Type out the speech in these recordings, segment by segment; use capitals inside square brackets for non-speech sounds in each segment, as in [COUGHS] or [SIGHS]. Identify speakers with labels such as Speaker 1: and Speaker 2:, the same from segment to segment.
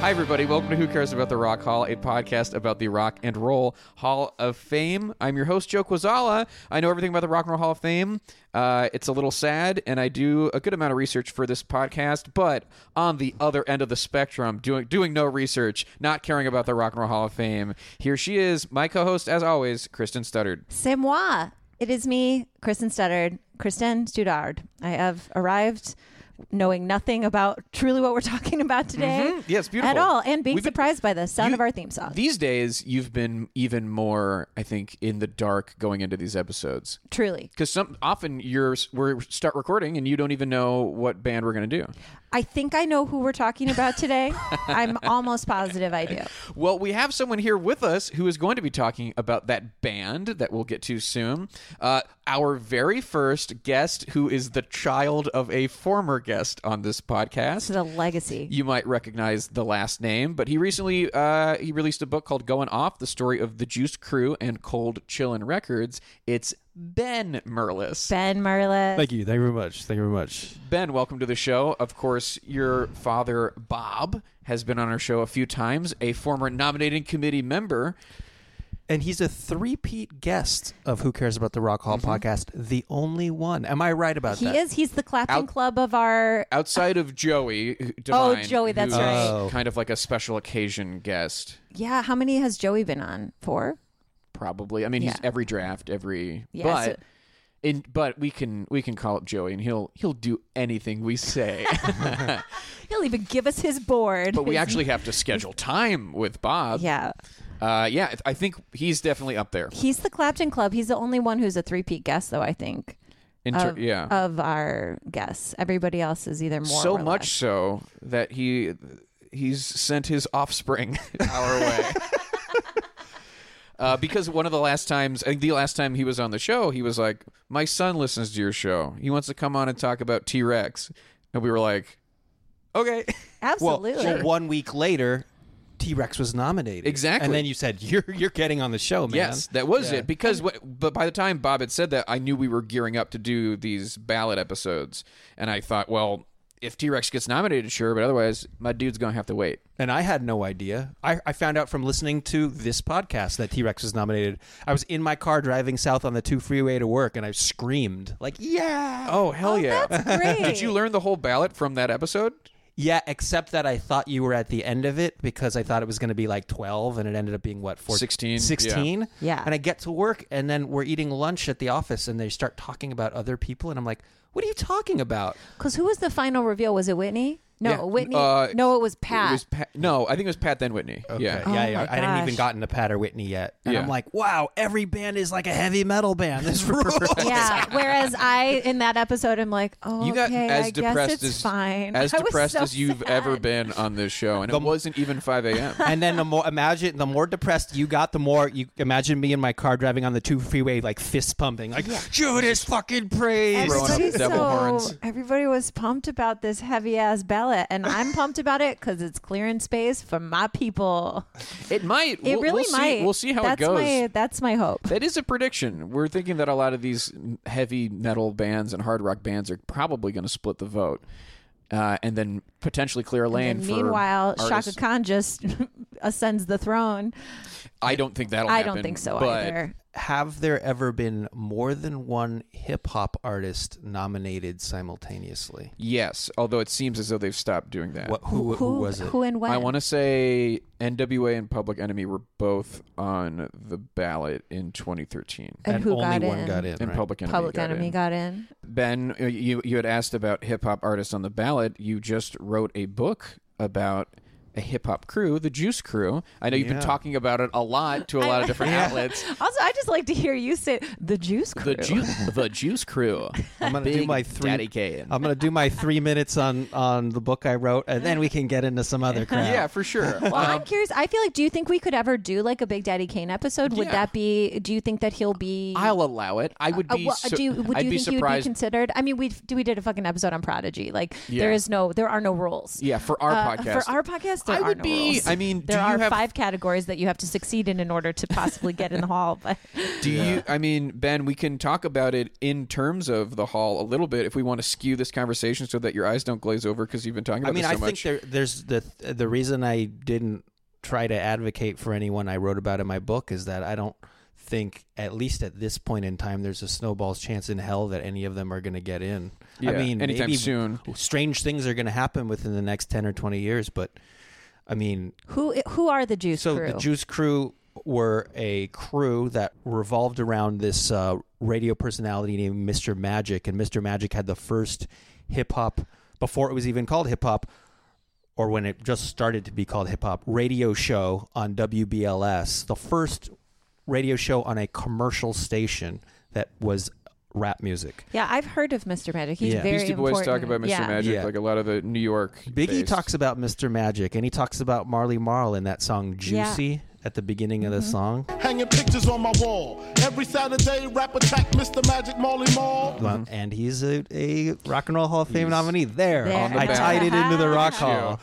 Speaker 1: Hi, everybody. Welcome to Who Cares About the Rock Hall, a podcast about the Rock and Roll Hall of Fame. I'm your host, Joe Quazala. I know everything about the Rock and Roll Hall of Fame. Uh, it's a little sad, and I do a good amount of research for this podcast, but on the other end of the spectrum, doing, doing no research, not caring about the Rock and Roll Hall of Fame, here she is, my co host, as always, Kristen Studdard.
Speaker 2: C'est moi. It is me, Kristen Studdard. Kristen Studard. I have arrived knowing nothing about truly what we're talking about today.
Speaker 1: Mhm. Yes, beautiful.
Speaker 2: At all. And being
Speaker 1: We've been-
Speaker 2: surprised by the sound
Speaker 1: You-
Speaker 2: of our theme song.
Speaker 1: These days, you've been even more, I think, in the dark going into these episodes.
Speaker 2: truly.
Speaker 1: because some often you're we start recording and you don't even know what band we're going to do.
Speaker 2: I think I know who we're talking
Speaker 1: [LAUGHS]
Speaker 2: about today. I'm almost positive I do.
Speaker 1: Well, we have someone here with us who is going to be talking about that band that we'll get to soon. Uh, our very first guest, who is the child of a former guest on this podcast.
Speaker 2: To the legacy.
Speaker 1: you might recognize the last name, but he recently uh, he released a book called "Going Off: The Story of the Juiced Crew and Cold Chillin' Records." It's Ben Merlis.
Speaker 2: Ben Merlet.
Speaker 3: Thank you. Thank you very much. Thank you very much.
Speaker 1: Ben, welcome to the show. Of course, your father, Bob, has been on our show a few times, a former nominating committee member.
Speaker 3: And he's a three-peat guest of Who Cares About the Rock Hall
Speaker 1: Mm-hmm.
Speaker 3: podcast, the only one. Am I right about
Speaker 2: he
Speaker 3: that?
Speaker 2: is. He's the clapping
Speaker 1: Out-
Speaker 2: club of our.
Speaker 1: Outside of Joey who-
Speaker 2: Oh,
Speaker 1: Devine,
Speaker 2: Joey, that's
Speaker 1: who's
Speaker 2: right.
Speaker 3: Oh.
Speaker 1: Kind of like a special occasion guest,
Speaker 2: Yeah. How many has Joey been on? Four?
Speaker 1: probably. I mean, he's
Speaker 2: Yeah.
Speaker 1: every draft, every
Speaker 2: Yeah,
Speaker 1: but.
Speaker 2: so-
Speaker 1: in, but we can we can call up Joey and he'll he'll do anything we
Speaker 2: [LAUGHS]
Speaker 1: say.
Speaker 2: He'll even give us his board.
Speaker 1: but we
Speaker 2: His-
Speaker 1: actually have to schedule time with Bob.
Speaker 2: Yeah.
Speaker 1: uh, yeah. I think he's definitely up there.
Speaker 2: He's the Clapton Club. He's the only one who's a three-peat guest, though, I think.
Speaker 1: In ter-
Speaker 2: of,
Speaker 1: yeah.
Speaker 2: of our guests. Everybody else is either more
Speaker 1: so
Speaker 2: or
Speaker 1: much
Speaker 2: less.
Speaker 1: so that he he's sent his offspring [LAUGHS] our way. Uh, because one of the last times, I think the last time he was on the show, he was like, "My son listens to your show. He wants to come on and talk about T Rex," and we were like, "Okay." [LAUGHS]
Speaker 3: well,
Speaker 2: absolutely.
Speaker 3: well, one week later, T Rex was nominated.
Speaker 1: Exactly.
Speaker 3: And then you said, You're you're getting on the show, man.
Speaker 1: Yes, that was
Speaker 3: Yeah.
Speaker 1: it. Because what, but by the time Bob had said that, I knew we were gearing up to do these ballot episodes, and I thought, well, if T Rex gets nominated, sure, but otherwise, my dude's gonna have to wait.
Speaker 3: And I had no idea. I, I found out from listening to this podcast that T Rex was nominated. I was in my car driving south on the two freeway to work and I screamed, like, Yeah.
Speaker 1: Oh hell
Speaker 2: Oh,
Speaker 1: yeah!
Speaker 2: that's
Speaker 1: [LAUGHS]
Speaker 2: great.
Speaker 1: Did you learn the whole ballot from that episode?
Speaker 3: Yeah, except that I thought you were at the end of it because I thought it was going to be like 12 and it ended up being what, 14?
Speaker 1: 16, yeah.
Speaker 3: 16?
Speaker 2: Yeah.
Speaker 3: And I get to work and then we're eating lunch at the office and they start talking about other people and I'm like, what are you talking about?
Speaker 2: Because who was the final reveal? Was it Whitney? No,
Speaker 1: Yeah.
Speaker 2: Whitney.
Speaker 1: Uh,
Speaker 2: no, it was Pat.
Speaker 1: It was Pat. No, I think it was Pat then Whitney. Yeah.
Speaker 2: Oh
Speaker 3: yeah,
Speaker 2: my
Speaker 3: yeah. I hadn't
Speaker 2: gosh.
Speaker 3: even gotten to Pat or Whitney yet. And
Speaker 1: Yeah.
Speaker 3: I'm like, wow, every band is like a heavy metal
Speaker 1: [LAUGHS]
Speaker 3: band. This rules.
Speaker 2: yeah. Whereas I, in that episode, I'm like, oh,
Speaker 1: You got
Speaker 2: okay,
Speaker 1: as
Speaker 2: I
Speaker 1: depressed
Speaker 2: guess it's
Speaker 1: as
Speaker 2: fine.
Speaker 1: as
Speaker 2: [LAUGHS] I was
Speaker 1: depressed
Speaker 2: so
Speaker 1: as you've
Speaker 2: sad.
Speaker 1: ever been on this show, and it wasn't even five
Speaker 2: [LAUGHS]
Speaker 1: a.m.
Speaker 3: And then the more imagine the more depressed you got, the more you imagine me in my car driving on the two freeway, like fist pumping, like Judas fucking praise.
Speaker 1: Everybody-
Speaker 2: Everybody's
Speaker 1: devil
Speaker 2: so-
Speaker 1: horns.
Speaker 2: Everybody was pumped about this heavy ass ballot, and I'm pumped about it because it's clearing space for my people.
Speaker 1: It might. [LAUGHS]
Speaker 2: It
Speaker 1: we'll,
Speaker 2: really
Speaker 1: we'll
Speaker 2: might.
Speaker 1: See, we'll see how
Speaker 2: that's
Speaker 1: it goes.
Speaker 2: My, that's my hope.
Speaker 1: that is a prediction. We're thinking that a lot of these heavy metal bands and hard rock bands are probably going to split the vote, uh, and then potentially clear a lane
Speaker 2: And
Speaker 1: for.
Speaker 2: meanwhile, Shaka
Speaker 1: artists.
Speaker 2: Khan just [LAUGHS] ascends the throne.
Speaker 1: I don't think that'll.
Speaker 2: I
Speaker 1: happen,
Speaker 2: don't think so
Speaker 1: but
Speaker 2: either.
Speaker 3: Have there ever been more than one hip hop artist nominated simultaneously?
Speaker 1: Yes, although it seems as though they've stopped doing that.
Speaker 3: What, who, who, was it?
Speaker 2: Who and when?
Speaker 1: I want to say NWA and Public Enemy were both on the ballot in 2013.
Speaker 2: and, who
Speaker 3: only
Speaker 2: got
Speaker 3: one
Speaker 2: in?
Speaker 3: got in.
Speaker 1: And
Speaker 3: right?
Speaker 1: Public Enemy.
Speaker 2: Public
Speaker 1: got
Speaker 2: Enemy
Speaker 1: in.
Speaker 2: got in.
Speaker 1: Ben, uh, you you had asked about hip hop artists on the ballot. You just wrote a book about a hip hop crew, the Juice Crew. I know you've
Speaker 3: Yeah.
Speaker 1: been talking about it a lot to a lot of different outlets.
Speaker 2: Also, I just like to hear you say the juice crew.
Speaker 3: [LAUGHS]
Speaker 1: The juice, the Juice Crew.
Speaker 3: I'm gonna do
Speaker 1: Big
Speaker 3: my three.
Speaker 1: Daddy Kane.
Speaker 3: I'm gonna do my three minutes on on the book I wrote, and then we can get into
Speaker 2: [LAUGHS]
Speaker 3: some other crap.
Speaker 1: yeah, for sure. Um,
Speaker 2: Well, I'm curious. I feel like, do you think we could ever do like a Big Daddy Kane episode? Would
Speaker 1: Yeah.
Speaker 2: that be? Do you think that he'll be?
Speaker 1: I'll allow it. I would
Speaker 2: Uh,
Speaker 1: be.
Speaker 2: well,
Speaker 1: su-
Speaker 2: do you, would
Speaker 1: I'd
Speaker 2: you
Speaker 1: be
Speaker 2: think you would be
Speaker 1: surprised.
Speaker 2: considered? I mean, we do we did a fucking episode on Prodigy. Like there
Speaker 1: Yeah.
Speaker 2: is no, there are no rules.
Speaker 1: yeah, for our
Speaker 2: Uh,
Speaker 1: podcast.
Speaker 2: For our podcast, there
Speaker 1: I
Speaker 2: are
Speaker 1: would
Speaker 2: no
Speaker 1: be-
Speaker 2: rules.
Speaker 1: I mean,
Speaker 2: there
Speaker 1: do you
Speaker 2: are
Speaker 1: have-
Speaker 2: five categories that you have to succeed in in order to possibly get in the hall. [LAUGHS] But
Speaker 1: Do you? I mean, Ben, we can talk about it in terms of the hall a little bit if we want to skew this conversation so that your eyes don't glaze over because you've been talking about
Speaker 3: I mean,
Speaker 1: this so
Speaker 3: I
Speaker 1: much.
Speaker 3: think there, there's the the reason I didn't try to advocate for anyone I wrote about in my book is that I don't think, at least at this point in time, there's a snowball's chance in hell that any of them are going to get in. I
Speaker 1: Yeah,
Speaker 3: mean,
Speaker 1: anytime
Speaker 3: maybe
Speaker 1: soon.
Speaker 3: strange things are going to happen within the next ten or twenty years, but I mean,
Speaker 2: who who are the Juice
Speaker 3: so
Speaker 2: Crew?
Speaker 3: the Juice Crew were a crew that revolved around this uh, radio personality named Mr. Magic, and Mr. Magic had the first hip hop before it was even called hip hop, or when it just started to be called hip hop radio show on WBLS, the first radio show on a commercial station that was rap music.
Speaker 2: yeah, I've heard of Mr. Magic. He's
Speaker 3: Yeah.
Speaker 2: very
Speaker 1: Beastie Boys talk
Speaker 2: important.
Speaker 1: about Mr.
Speaker 2: Yeah.
Speaker 1: Magic,
Speaker 3: Yeah.
Speaker 1: like a lot of the New York.
Speaker 3: Biggie
Speaker 1: based-
Speaker 3: talks about Mr. Magic, and he talks about Marley Marl in that song
Speaker 2: Yeah.
Speaker 3: "Juicy" at the beginning of the song.
Speaker 2: Mm-hmm.
Speaker 4: Hanging pictures on my wall. Every Saturday, rap attack, Mr. Magic Molly Mall.
Speaker 3: Well, and he's a, a Rock and Roll Hall of Fame nominee. There,
Speaker 2: There. On the
Speaker 3: I
Speaker 1: back.
Speaker 3: tied it into the Rock Hall.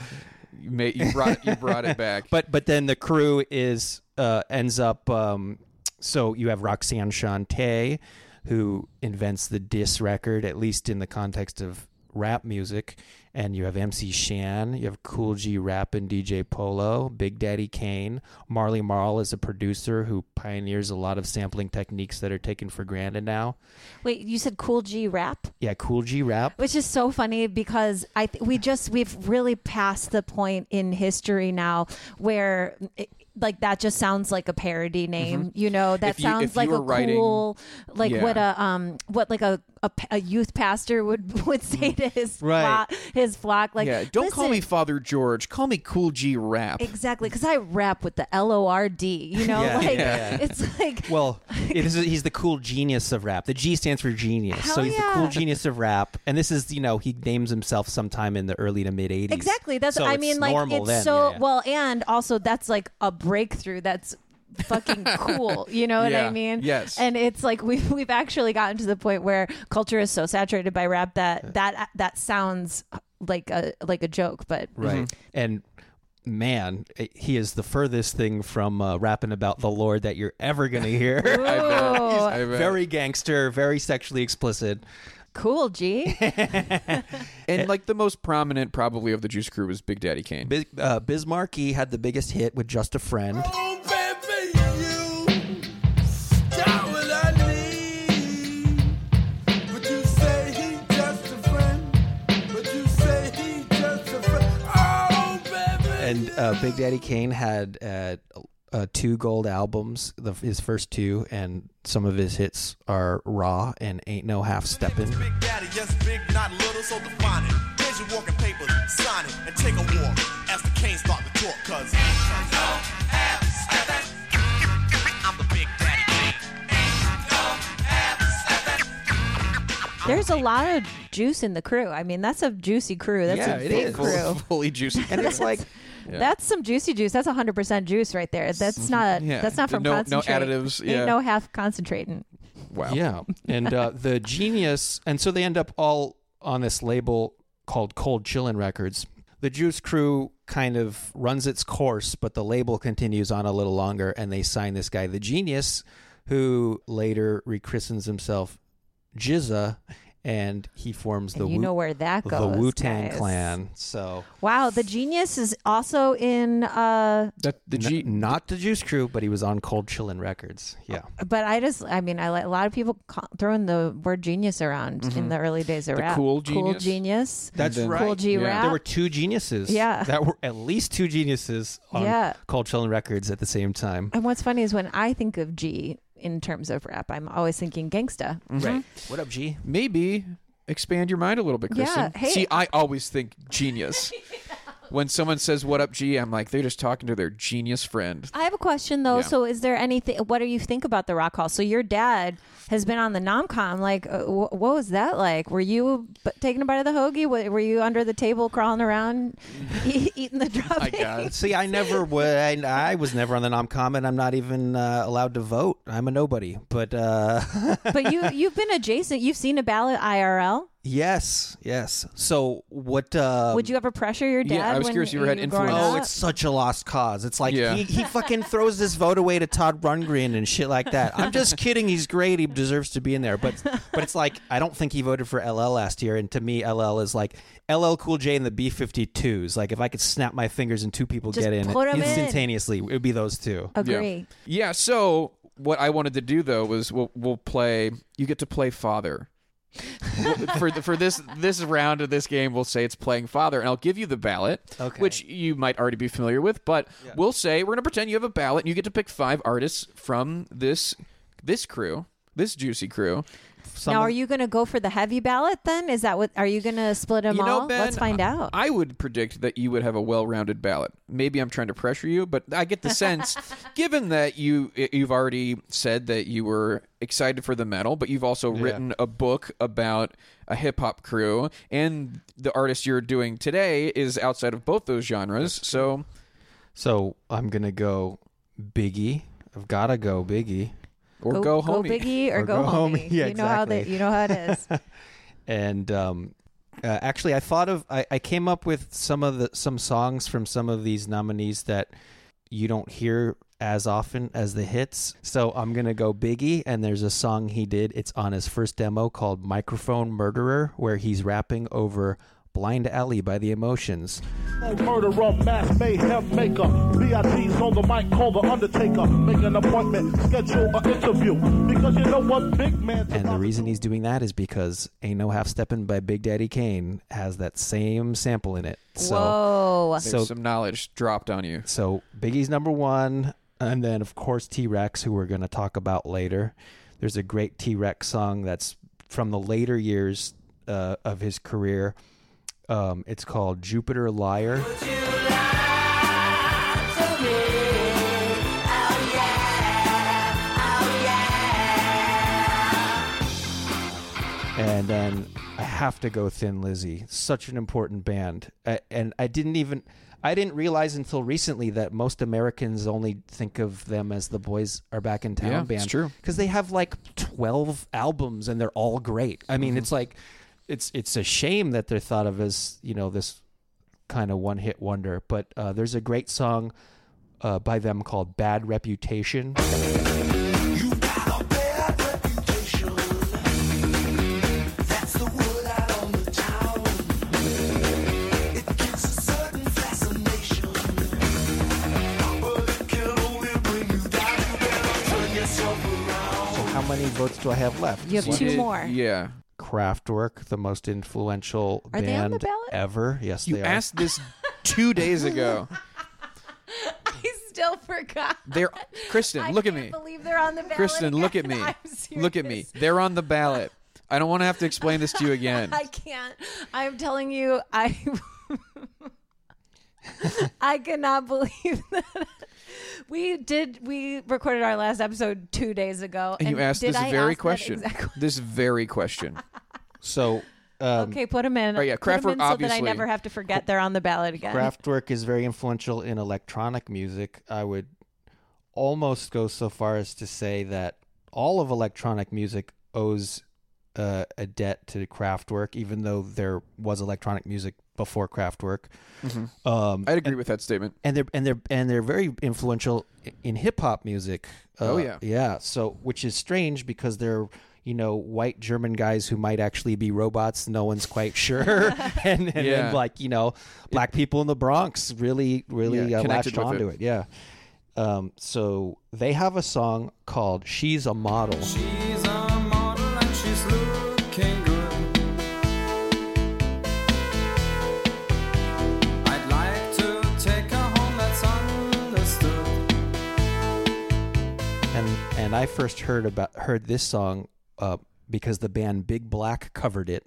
Speaker 1: You, may, you brought you brought it back.
Speaker 3: [LAUGHS] But but then the crew is uh, ends up. Um, so you have Roxanne Shante, who invents the diss record, at least in the context of rap music, and you have MC Shan, you have Cool G Rap and DJ Polo, Big Daddy Kane, Marley Marl is a producer who pioneers a lot of sampling techniques that are taken for granted now.
Speaker 2: Wait, you said Cool G rap?
Speaker 3: Yeah, Cool G Rap.
Speaker 2: which is so funny because I th- we just we've really passed the point in history now where it, like that just sounds like a parody name, you know. That
Speaker 1: Mm-hmm. If you-
Speaker 2: sounds
Speaker 1: if you
Speaker 2: like a
Speaker 1: were writing-
Speaker 2: cool, like what
Speaker 1: Yeah.
Speaker 2: a um what like a, a, p- a youth pastor would [LAUGHS] would say to his
Speaker 3: Right.
Speaker 2: flock, his flock. Like,
Speaker 1: yeah, don't call
Speaker 2: "Listen,
Speaker 1: me Father George. Call me Cool G Rap.
Speaker 2: exactly because I rap with the L O R D. You know,
Speaker 3: [LAUGHS] Yeah.
Speaker 2: like
Speaker 3: Yeah.
Speaker 2: it's like [LAUGHS]
Speaker 3: Well, it is, he's the cool genius of rap. The G stands for genius. so
Speaker 2: Hell
Speaker 3: he's the cool
Speaker 2: yeah.
Speaker 3: genius of rap. And this is, you know, he names himself sometime in the early to mid 80s.
Speaker 2: Exactly. That's
Speaker 3: So
Speaker 2: I
Speaker 3: it's
Speaker 2: mean like
Speaker 3: normal
Speaker 2: it's
Speaker 3: then.
Speaker 2: so
Speaker 3: Yeah, yeah.
Speaker 2: well and also that's like a breakthrough that's fucking
Speaker 3: [LAUGHS]
Speaker 2: cool. You know what
Speaker 1: Yeah.
Speaker 2: I mean?
Speaker 1: Yes.
Speaker 2: And it's like we've we've actually gotten to the point where culture is so saturated by rap
Speaker 3: Uh.
Speaker 2: that that that sounds like a like a joke,
Speaker 3: [LAUGHS]
Speaker 2: but
Speaker 3: Right. And man, eh, he is the furthest thing from uh, rapping about the Lord that you're ever going to
Speaker 2: [LAUGHS]
Speaker 3: hear.
Speaker 1: I bet.
Speaker 2: Ooh.
Speaker 1: I bet.
Speaker 3: very gangster, very sexually explicit.
Speaker 2: cool, G.
Speaker 3: [LAUGHS]
Speaker 1: and like the most prominent probably of the Juice Crew was eh. Big Daddy Kane.
Speaker 3: Biz, uh, Bismarcky had the biggest hit with Just a Friend.
Speaker 5: Oh, baby, you got what I need. But you say he just a friend. But you say he just a friend. Oh, baby.
Speaker 3: and uh, Big Daddy Kane had uh, uh, two gold albums, the, his first two, and some of his hits are Raw and Ain't No Half Steppin'.
Speaker 5: Big daddy, yes, big, not little, so define it. Here's your walking papers, sign it, and take a walk. As the cane start to talk, cuz. I'm the big daddy
Speaker 2: There's a lot of juice in the crew. I mean, that's a juicy crew. That's
Speaker 3: Yeah,
Speaker 2: a
Speaker 3: it
Speaker 2: big
Speaker 3: is.
Speaker 1: Full-
Speaker 2: crew.
Speaker 1: fully juicy.
Speaker 3: And it's like,
Speaker 2: That's some juicy juice. That's 100% juice right there. That's not
Speaker 1: Yeah.
Speaker 2: that's not from
Speaker 1: No- no
Speaker 2: concentrate.
Speaker 1: additives, yeah.
Speaker 2: Ain't no half concentrating.
Speaker 1: wow.
Speaker 3: yeah. And uh,
Speaker 2: [LAUGHS]
Speaker 3: the genius, and so they end up all on this label called Cold Chillin' Records. The Juice Crew kind of runs its course, but the label continues on a little longer, and they sign this guy, the genius, who later rechristens himself Jizza and he forms the
Speaker 2: And you know where that
Speaker 3: the
Speaker 2: goes,
Speaker 3: Wu Tang
Speaker 2: guys.
Speaker 3: Clan. So
Speaker 2: Wow, the genius is also in. Uh,
Speaker 1: That the G.
Speaker 3: N- not the Juice Crew, but he was on Cold Chillin' Records. Yeah,
Speaker 2: but I just, I mean, I like a lot of people ca- throwing the word genius around in the early days of
Speaker 1: Mm-hmm. The
Speaker 2: rap.
Speaker 1: cool genius?
Speaker 2: genius.
Speaker 3: that's
Speaker 1: then-
Speaker 3: right.
Speaker 2: Cool G
Speaker 1: Yeah.
Speaker 2: rap.
Speaker 3: There were two geniuses.
Speaker 2: Yeah.
Speaker 3: that were at least two geniuses on
Speaker 2: Yeah.
Speaker 3: Cold Chillin' Records at the same time.
Speaker 2: and what's funny is when I think of G in terms of rap, I'm always thinking gangsta.
Speaker 3: Right.
Speaker 2: Mm-hmm.
Speaker 3: What up, G?
Speaker 1: maybe expand your mind a little bit,
Speaker 2: Yeah,
Speaker 1: Kristen.
Speaker 2: hey.
Speaker 1: See, I always think
Speaker 2: [LAUGHS]
Speaker 1: genius. When someone says "What up, G?" I'm like, they're just talking to their genius friend.
Speaker 2: I have a question though.
Speaker 1: Yeah.
Speaker 2: So, is there anything? What do you think about the Rock Hall? So, your dad has been on the nomcom. Like, uh, wh- what was that like? Were you b- taking a bite of the hoagie? Wa- Were you under the table crawling around, [LAUGHS] e- eating the [LAUGHS]
Speaker 1: I
Speaker 2: dropping?
Speaker 1: got
Speaker 3: Uh, See, I never would. I, I was never on the nomcom, and I'm not even uh, allowed to vote. I'm a nobody. But uh, [LAUGHS]
Speaker 2: but you you've been adjacent. You've seen a ballot IRL.
Speaker 3: yes, yes. So what? Uh,
Speaker 2: Would you ever pressure your dad?
Speaker 1: Um, yeah, I was
Speaker 2: when
Speaker 1: curious you had
Speaker 2: growing
Speaker 1: influence.
Speaker 3: Oh,
Speaker 2: up?
Speaker 3: it's such a lost cause. It's like
Speaker 1: Yeah.
Speaker 3: he, he fucking throws this vote away to Todd Rundgren and shit like that. I'm just kidding. He's great. He deserves to be in there. But but it's like I don't think he voted for LL last year. And to me, LL is like LL Cool J and the B52s. Like if I could snap my fingers and two people
Speaker 2: Just
Speaker 3: get in
Speaker 2: put 'em in.
Speaker 3: instantaneously, it would be those two.
Speaker 2: agree.
Speaker 1: Yeah. yeah. So what I wanted to do though was we'll, we'll play. You get to play
Speaker 2: [LAUGHS]
Speaker 1: father. for the, for this this round of this game, we'll say it's playing father, and I'll give you the ballot,
Speaker 3: Okay.
Speaker 1: which you might already be familiar with. But we'll say we're gonna pretend you have a ballot, and you get to pick five artists from this this crew, this juicy crew.
Speaker 2: Now, are you going to go for the heavy ballot then? Is that what? Are you going to split them
Speaker 1: You know,
Speaker 2: all? Let's
Speaker 1: Ben,
Speaker 2: find out.
Speaker 1: I would predict that you would have a well-rounded ballot. Maybe I'm trying to pressure you, but I get the sense,
Speaker 2: [LAUGHS]
Speaker 1: given that you you've already said that you were excited for the metal, but you've also written a book about a hip hop crew, and the artist you're doing today is outside of both those genres. So
Speaker 3: So I'm gonna go Biggie. I've gotta go Biggie.
Speaker 1: or go, homie.
Speaker 2: Biggie, or, go, homie.
Speaker 1: [LAUGHS]
Speaker 3: Yeah,
Speaker 2: you know how that.
Speaker 3: exactly.
Speaker 2: You know how it is.
Speaker 3: and um, uh, actually i thought of I, I came up with some of the some songs from some of these nominees that you don't hear as often as the hits so i'm gonna go biggie and there's a song he did it's on his first demo called microphone murderer where he's rapping over blind alley by the emotions
Speaker 4: Murderer, mass mayhem maker. VIPs on the mic, call the undertaker. Make an appointment, schedule an interview. Because you know what, big man.
Speaker 3: and the reason he's doing that is because ain't no half steppin' by big daddy kane has that same sample in it so
Speaker 2: Whoa.
Speaker 1: There's
Speaker 3: So-
Speaker 1: some knowledge dropped on you.
Speaker 3: So Biggie's number one, and then of course T Rex, who we're going to talk about later. There's a great T Rex song that's from the later years uh, of his career. Um, it's called Jupiter Liar. and then I have to go Thin Lizzy. Such an important band, I, and I didn't even I didn't realize until recently that most Americans only think of them as the Boys Are Back in Town
Speaker 1: Yeah, it's
Speaker 3: band.
Speaker 1: true.
Speaker 3: because they have like twelve albums and they're all great. I
Speaker 1: Mm-hmm.
Speaker 3: mean, it's like it's it's a shame that they're thought of as you know this kind of one hit wonder. But uh, there's a great song uh, by them called "Bad Reputation." So how many votes do I have left?
Speaker 2: You have two
Speaker 1: Did-
Speaker 2: more.
Speaker 1: Yeah.
Speaker 3: Kraftwerk, the most influential
Speaker 2: Are they on
Speaker 3: band
Speaker 2: the ballot?
Speaker 3: ever. Yes,
Speaker 1: You
Speaker 3: they
Speaker 1: asked this two days
Speaker 2: [LAUGHS]
Speaker 1: ago.
Speaker 2: I still forgot.
Speaker 1: They're Kristen.
Speaker 2: I
Speaker 1: look at
Speaker 2: can't
Speaker 1: me.
Speaker 2: Believe they're on the
Speaker 1: [LAUGHS]
Speaker 2: ballot.
Speaker 1: Kristen, look at me.
Speaker 2: again. [LAUGHS] I'm
Speaker 1: Look at me.
Speaker 2: serious.
Speaker 1: They're on the ballot. I don't want to have to explain this to [LAUGHS] you again.
Speaker 2: I can't. I'm telling you, I. [LAUGHS] I cannot believe [LAUGHS] that we did. We recorded our last episode two days ago,
Speaker 1: And you asked
Speaker 2: did
Speaker 1: this
Speaker 2: I
Speaker 1: very
Speaker 2: ask that
Speaker 1: question.
Speaker 2: exact [LAUGHS] que-
Speaker 1: This very [LAUGHS] question.
Speaker 3: are. So um,
Speaker 2: okay, put them in.
Speaker 1: Oh, yeah,
Speaker 2: Put 'em
Speaker 1: Kraftwerk,
Speaker 2: in so that I
Speaker 1: obviously.
Speaker 2: never have to forget they're on the ballot again.
Speaker 3: Kraftwerk is very influential in electronic music. I would almost go so far as to say that all of electronic music owes uh, a debt to Kraftwerk, even though there was electronic music before Kraftwerk. Um,
Speaker 1: I'd agree with that statement.
Speaker 3: and they're and they're and they're very influential i- in hip hop music. Uh,
Speaker 1: Oh, yeah.
Speaker 3: yeah. So which is strange because they're you know white German guys who might actually be robots. No one's
Speaker 1: [LAUGHS]
Speaker 3: quite sure, [LAUGHS] and, and
Speaker 1: Yeah.
Speaker 3: then like you know black people in the Bronx really really
Speaker 1: Yeah,
Speaker 3: uh,
Speaker 1: connected
Speaker 3: latched
Speaker 1: with
Speaker 3: onto
Speaker 1: it.
Speaker 3: it. Yeah. Um, so they have a song called "She's a Model."
Speaker 6: She's a model and she's looking good. I'd like to take her home, that's understood.
Speaker 3: and and I first heard about heard this song uh, because the band Big Black covered it.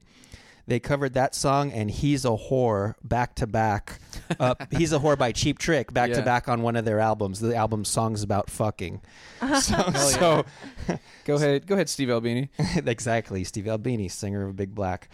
Speaker 3: They covered that song and "He's a Whore" back to back.
Speaker 1: [LAUGHS]
Speaker 3: Uh, "He's a Whore" by Cheap Trick back
Speaker 1: Yeah.
Speaker 3: to back on one of their albums. The album "Songs About Fucking."
Speaker 1: Uh-huh.
Speaker 3: So, so
Speaker 1: [LAUGHS] Go ahead, go ahead, Steve Albini.
Speaker 3: [LAUGHS] exactly, Steve Albini, singer of Big Black.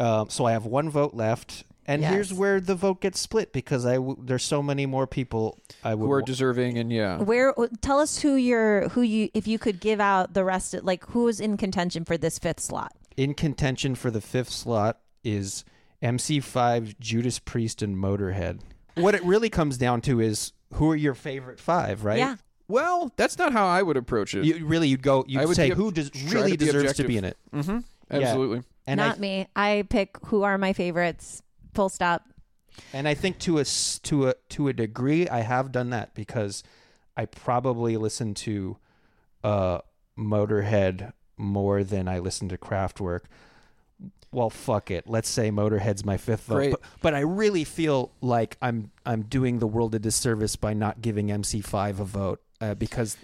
Speaker 3: Um, so I have one vote left, and
Speaker 2: Yes.
Speaker 3: here's where the vote gets split because I w- there's so many more people I would
Speaker 1: Who are
Speaker 3: wa-
Speaker 1: deserving and yeah.
Speaker 2: Where tell us who your who you if you could give out the rest of like who is in contention for this fifth slot.
Speaker 3: in contention for the fifth slot is MC5, Judas Priest, and Motorhead. What it really comes down to is who are your favorite five, right?
Speaker 2: Yeah.
Speaker 1: Well, that's not how I would approach it.
Speaker 3: You really, you'd go. You'd
Speaker 1: I would
Speaker 3: say
Speaker 1: be ob-
Speaker 3: who des-
Speaker 1: try
Speaker 3: really
Speaker 1: to be
Speaker 3: deserves to
Speaker 1: objective.
Speaker 3: be in it. Yeah.
Speaker 1: Mm-hmm. Absolutely.
Speaker 3: And
Speaker 2: Not
Speaker 3: I,
Speaker 2: me. I pick who are my favorites. Full stop.
Speaker 3: And I think to a s- to a to a degree, I have done that because I probably listen to uh, Motorhead more than I listen to Kraftwerk. Well, fuck it. Let's say Motorhead's my fifth vote,
Speaker 1: Great.
Speaker 3: but, but I really feel like I'm I'm doing the world a disservice by not giving MC5 a vote uh, because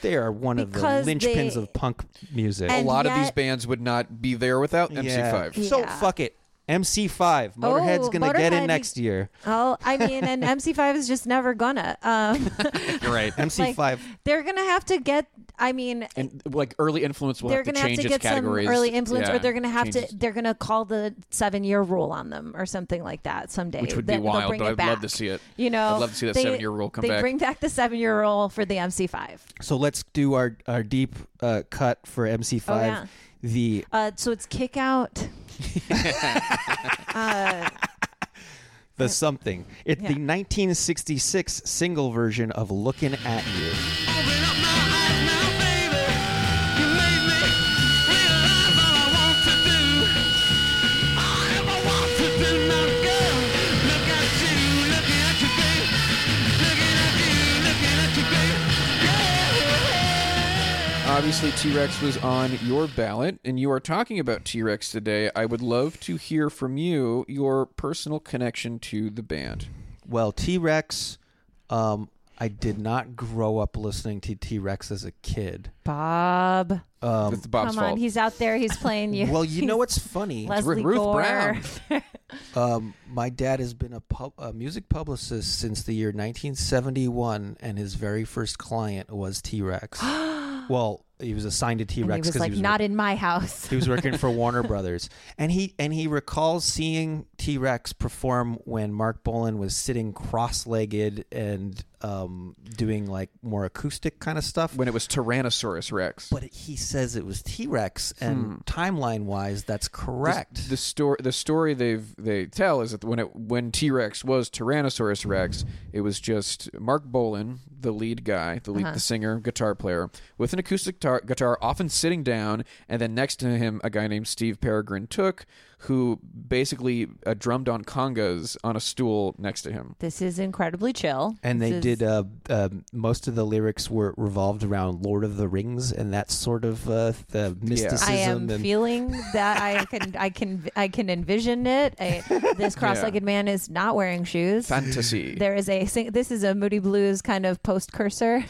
Speaker 3: they are one
Speaker 2: Because
Speaker 3: of the linchpins
Speaker 2: they-
Speaker 3: of punk music.
Speaker 2: And
Speaker 1: a lot of these
Speaker 2: yet-
Speaker 1: bands would not be there without [LAUGHS] MC5.
Speaker 3: So
Speaker 2: Yeah.
Speaker 3: fuck it. MC5. Motorhead's gonna get
Speaker 2: Oh, Motorhead-
Speaker 3: in
Speaker 2: [LAUGHS]
Speaker 3: next year.
Speaker 2: Oh, I mean, and MC5 is just never gonna.
Speaker 1: [LAUGHS]
Speaker 2: Um,
Speaker 1: You're right.
Speaker 3: MC5.
Speaker 2: they're gonna have to get. I mean,
Speaker 1: And like early influence will
Speaker 2: they're
Speaker 1: have to
Speaker 2: gonna have
Speaker 1: change
Speaker 2: to
Speaker 1: its
Speaker 2: get some
Speaker 1: categories.
Speaker 2: early influence,
Speaker 1: Yeah,
Speaker 2: or they're gonna have
Speaker 1: changes.
Speaker 2: to. They're gonna call the seven-year rule on them, or something like that, someday.
Speaker 1: Which would
Speaker 2: They-
Speaker 1: be
Speaker 2: they'll
Speaker 1: wild,
Speaker 2: bring
Speaker 1: but
Speaker 2: it
Speaker 1: I'd love
Speaker 2: back.
Speaker 1: to see it.
Speaker 2: You know,
Speaker 1: I'd love to see that
Speaker 2: they-
Speaker 1: seven-year rule come
Speaker 2: they
Speaker 1: back.
Speaker 2: bring back the seven-year rule for the MC5.
Speaker 3: So let's do our our deep uh, cut for MC5.
Speaker 2: Oh, yeah.
Speaker 3: The
Speaker 2: Uh, so it's
Speaker 1: [LAUGHS]
Speaker 2: kick out. uh,
Speaker 3: the something. It's
Speaker 2: Yeah.
Speaker 3: the 1966 single version of "Looking at You."
Speaker 5: Open up my eyes now, baby. You made me realize all I want to do. All I ever want to do now, girl. Look at you, looking at you, babe. Looking at you, looking at you, babe.
Speaker 1: Obviously, T Rex was on your ballot, and you are talking about T Rex today. I would love to hear from you your personal connection to the band.
Speaker 3: Well, T Rex. Um, I did not grow up listening to T Rex as a kid. Um,
Speaker 2: Bob,
Speaker 1: That's Bob's
Speaker 2: come on,
Speaker 1: fault.
Speaker 2: he's out there. He's
Speaker 1: [LAUGHS]
Speaker 2: playing you.
Speaker 3: Well, you
Speaker 2: [LAUGHS]
Speaker 3: know what's funny?
Speaker 2: Leslie
Speaker 1: Ruth
Speaker 2: Gore.
Speaker 1: Brown.
Speaker 3: Um, my dad has been a, pub- a music publicist since the year 1971, and his very first client was
Speaker 2: [GASPS]
Speaker 3: T Rex. well, he was assigned to T
Speaker 2: and he
Speaker 3: Rex
Speaker 2: was like, not in my house.
Speaker 3: He was working for Warner Brothers, and he and he recalls seeing T Rex perform when Mark Bolan was sitting cross-legged and um, doing like more acoustic kind of stuff.
Speaker 1: when it was Tyrannosaurus Rex.
Speaker 3: but he says it was T Rex, and timeline-wise, that's correct.
Speaker 1: The story, the story they've they tell is that when it when T Rex was Tyrannosaurus Rex, it was just Mark Bolan, the lead guy, the
Speaker 2: Uh-huh.
Speaker 1: lead, the singer, guitar player, with an acoustic guitar, guitar, often sitting down, and then next to him a guy named Steve Peregrine Took, who basically uh, drummed on congas on a stool next to him.
Speaker 2: [LAUGHS] This is incredibly chill.
Speaker 3: and they
Speaker 2: This is-
Speaker 3: did. Uh, um most of the lyrics were revolved around Lord of the Rings and that sort of uh, the mysticism.
Speaker 2: I am
Speaker 3: and, [LAUGHS]
Speaker 2: feeling that I can I can I can envision it. I,
Speaker 3: [LAUGHS]
Speaker 2: this cross-legged man is not wearing shoes.
Speaker 1: Fantasy.
Speaker 2: There is a sing- this is a Moody Blues kind of post cursor.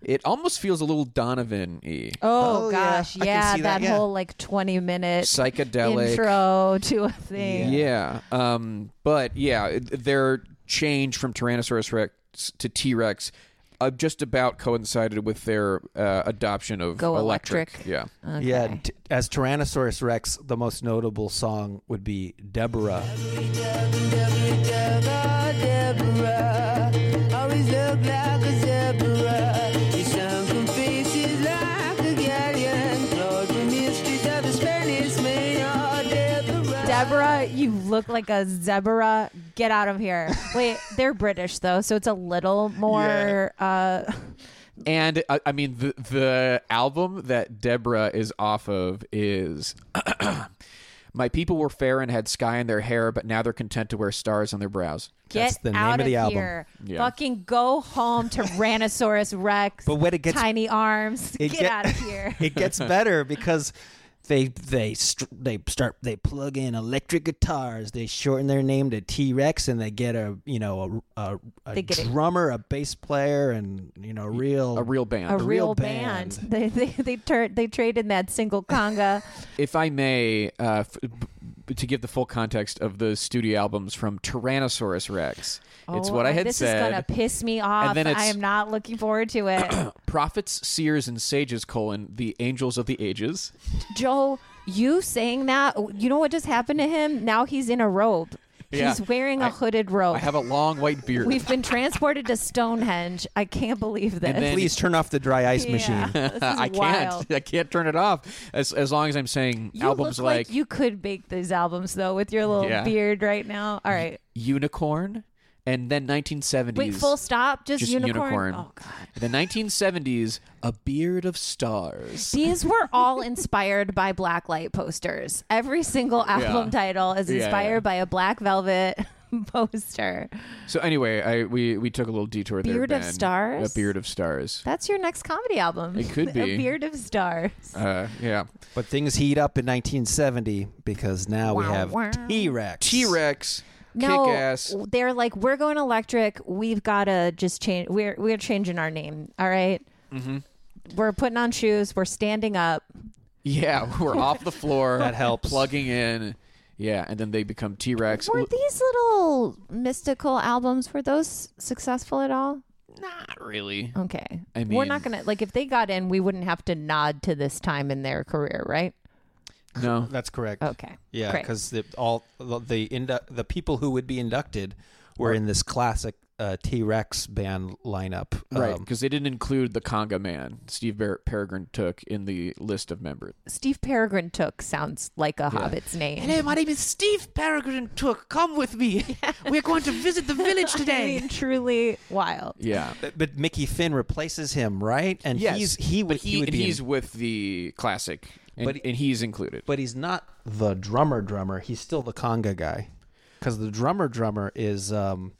Speaker 1: it almost feels a little Donovan y.
Speaker 2: Oh,
Speaker 3: Oh, yeah.
Speaker 2: gosh,
Speaker 3: I
Speaker 2: yeah,
Speaker 3: can see
Speaker 2: that,
Speaker 3: that, yeah.
Speaker 2: whole like twenty minute
Speaker 1: Psychedelic.
Speaker 2: intro to a thing.
Speaker 1: Yeah. Um, but yeah, it- their change from Tyrannosaurus Rex to T Rex uh, just about coincided with their uh, adoption of
Speaker 2: Go electric.
Speaker 1: Yeah.
Speaker 3: Yeah, and t- as Tyrannosaurus Rex, the most notable song would be Deborah.
Speaker 5: Deborah, Deborah, always look like a zebra. Your sunken face is like a galleon, flowed from the streets of the Spanish main. Oh, Deborah.
Speaker 2: Deborah, you look like a zebra.
Speaker 3: [LAUGHS]
Speaker 2: Get out of here. Wait, they're British though, so it's a little more uh
Speaker 1: And I, I mean, the the album that Deborah is off of is. [CLEARS THROAT] My people were fair and had sky in their hair, but now they're content to wear stars on their brows.
Speaker 2: Get
Speaker 3: That's the name
Speaker 2: out
Speaker 3: of the album.
Speaker 2: here.
Speaker 1: Yeah.
Speaker 2: Fucking go home,
Speaker 3: [LAUGHS]
Speaker 2: Tyrannosaurus Rex.
Speaker 3: But when it gets-
Speaker 2: tiny arms,
Speaker 3: it
Speaker 2: get,
Speaker 3: get- [LAUGHS]
Speaker 2: out of here.
Speaker 3: it gets better because they they str- they start they plug in electric guitars. They shorten their name to T Rex, and they get a you know a, a, a
Speaker 2: They get it.
Speaker 3: drummer, a bass player, and you know real
Speaker 1: A real band.
Speaker 2: Oh. a
Speaker 3: real
Speaker 2: real,
Speaker 3: band.
Speaker 2: band. They they they, tur- they trade in that single conga.
Speaker 1: if I may, uh, f- b- to give the full context of the studio albums from Tyrannosaurus Rex, [LAUGHS] it's
Speaker 2: Oh,
Speaker 1: what I had
Speaker 2: this
Speaker 1: said.
Speaker 2: is gonna piss me off.
Speaker 1: then
Speaker 2: I
Speaker 1: it's-
Speaker 2: am not looking forward to
Speaker 3: [COUGHS]
Speaker 2: it.
Speaker 1: Prophets, seers, and sages: colon the angels of the ages.
Speaker 2: Joe, you saying that? You know what just happened to him? Now he's in a robe.
Speaker 1: Yeah.
Speaker 2: He's wearing a
Speaker 1: I-
Speaker 2: hooded robe.
Speaker 1: I have a long white beard. [LAUGHS]
Speaker 2: Oh. We've been transported to Stonehenge. I can't believe this.
Speaker 1: And then-
Speaker 3: Please turn off the dry ice
Speaker 2: Yeah. [LAUGHS]
Speaker 3: machine.
Speaker 2: This
Speaker 1: [LAUGHS]
Speaker 2: is
Speaker 1: I
Speaker 2: wild.
Speaker 1: can't. I can't turn it off. As as long as I'm saying
Speaker 2: You
Speaker 1: albums
Speaker 2: look like, you could make these albums though with your little
Speaker 1: Yeah.
Speaker 2: beard right now. All right.
Speaker 1: Unicorn, and then 1970s.
Speaker 2: Wait, full stop, just,
Speaker 1: Just
Speaker 2: unicorn.
Speaker 1: unicorn.
Speaker 2: Oh god.
Speaker 1: The 1970s, a beard of stars.
Speaker 2: These were
Speaker 1: [LAUGHS]
Speaker 2: all inspired by blacklight posters. Every single album title is
Speaker 1: Yeah,
Speaker 2: inspired
Speaker 1: yeah.
Speaker 2: by a black velvet [LAUGHS] poster.
Speaker 1: So anyway, I we we took a little detour there.
Speaker 2: Beard of
Speaker 1: Ben.
Speaker 2: Stars?
Speaker 1: A beard of stars.
Speaker 2: That's your next comedy album.
Speaker 1: It could be.
Speaker 2: [LAUGHS] a beard of stars.
Speaker 1: Uh, yeah.
Speaker 3: But things heat up in 1970 because now we
Speaker 2: Wow,
Speaker 3: have
Speaker 2: wow.
Speaker 3: T Rex.
Speaker 1: T Rex.
Speaker 2: No,
Speaker 1: Kick ass.
Speaker 2: they're like we're going electric. We've got to just change. We're we're changing our name. All right?
Speaker 1: Mm-hmm.
Speaker 2: We're putting on shoes. We're standing up.
Speaker 1: Yeah, [LAUGHS] we're off the floor.
Speaker 3: That helps.
Speaker 1: Plugging in. Yeah, and then they become T Rex.
Speaker 2: Were these little mystical albums were those successful at all?
Speaker 1: Not really.
Speaker 3: Oh,
Speaker 2: Okay,
Speaker 1: I
Speaker 2: we're
Speaker 1: mean-
Speaker 2: not gonna like if they got in, we wouldn't have to nod to this time in their career, right?
Speaker 1: No.
Speaker 3: That's correct.
Speaker 2: Okay,
Speaker 3: Yeah,
Speaker 2: great.
Speaker 3: because the, all the the, indu- the people who would be inducted were in this classic uh, T Rex band lineup.
Speaker 1: Right,
Speaker 3: Um,
Speaker 1: because they didn't include the conga man Steve Bar- Peregrine took in the list of members.
Speaker 2: Steve Peregrine Took sounds like a Hobbit's name.
Speaker 1: my name is Steve Peregrine Took. Come with
Speaker 2: [LAUGHS]
Speaker 1: me. We're going to visit the village
Speaker 2: I mean, truly wild.
Speaker 1: yeah.
Speaker 3: but, but Mickey Finn replaces him, right? [LAUGHS] And
Speaker 1: Yes,
Speaker 3: he's he would
Speaker 1: but he,
Speaker 3: he would
Speaker 1: and
Speaker 3: be in-
Speaker 1: he's with the classic, and,
Speaker 3: But-
Speaker 1: and he's included.
Speaker 3: but he's not the drummer drummer. He's still the conga guy, because the drummer drummer is. Um,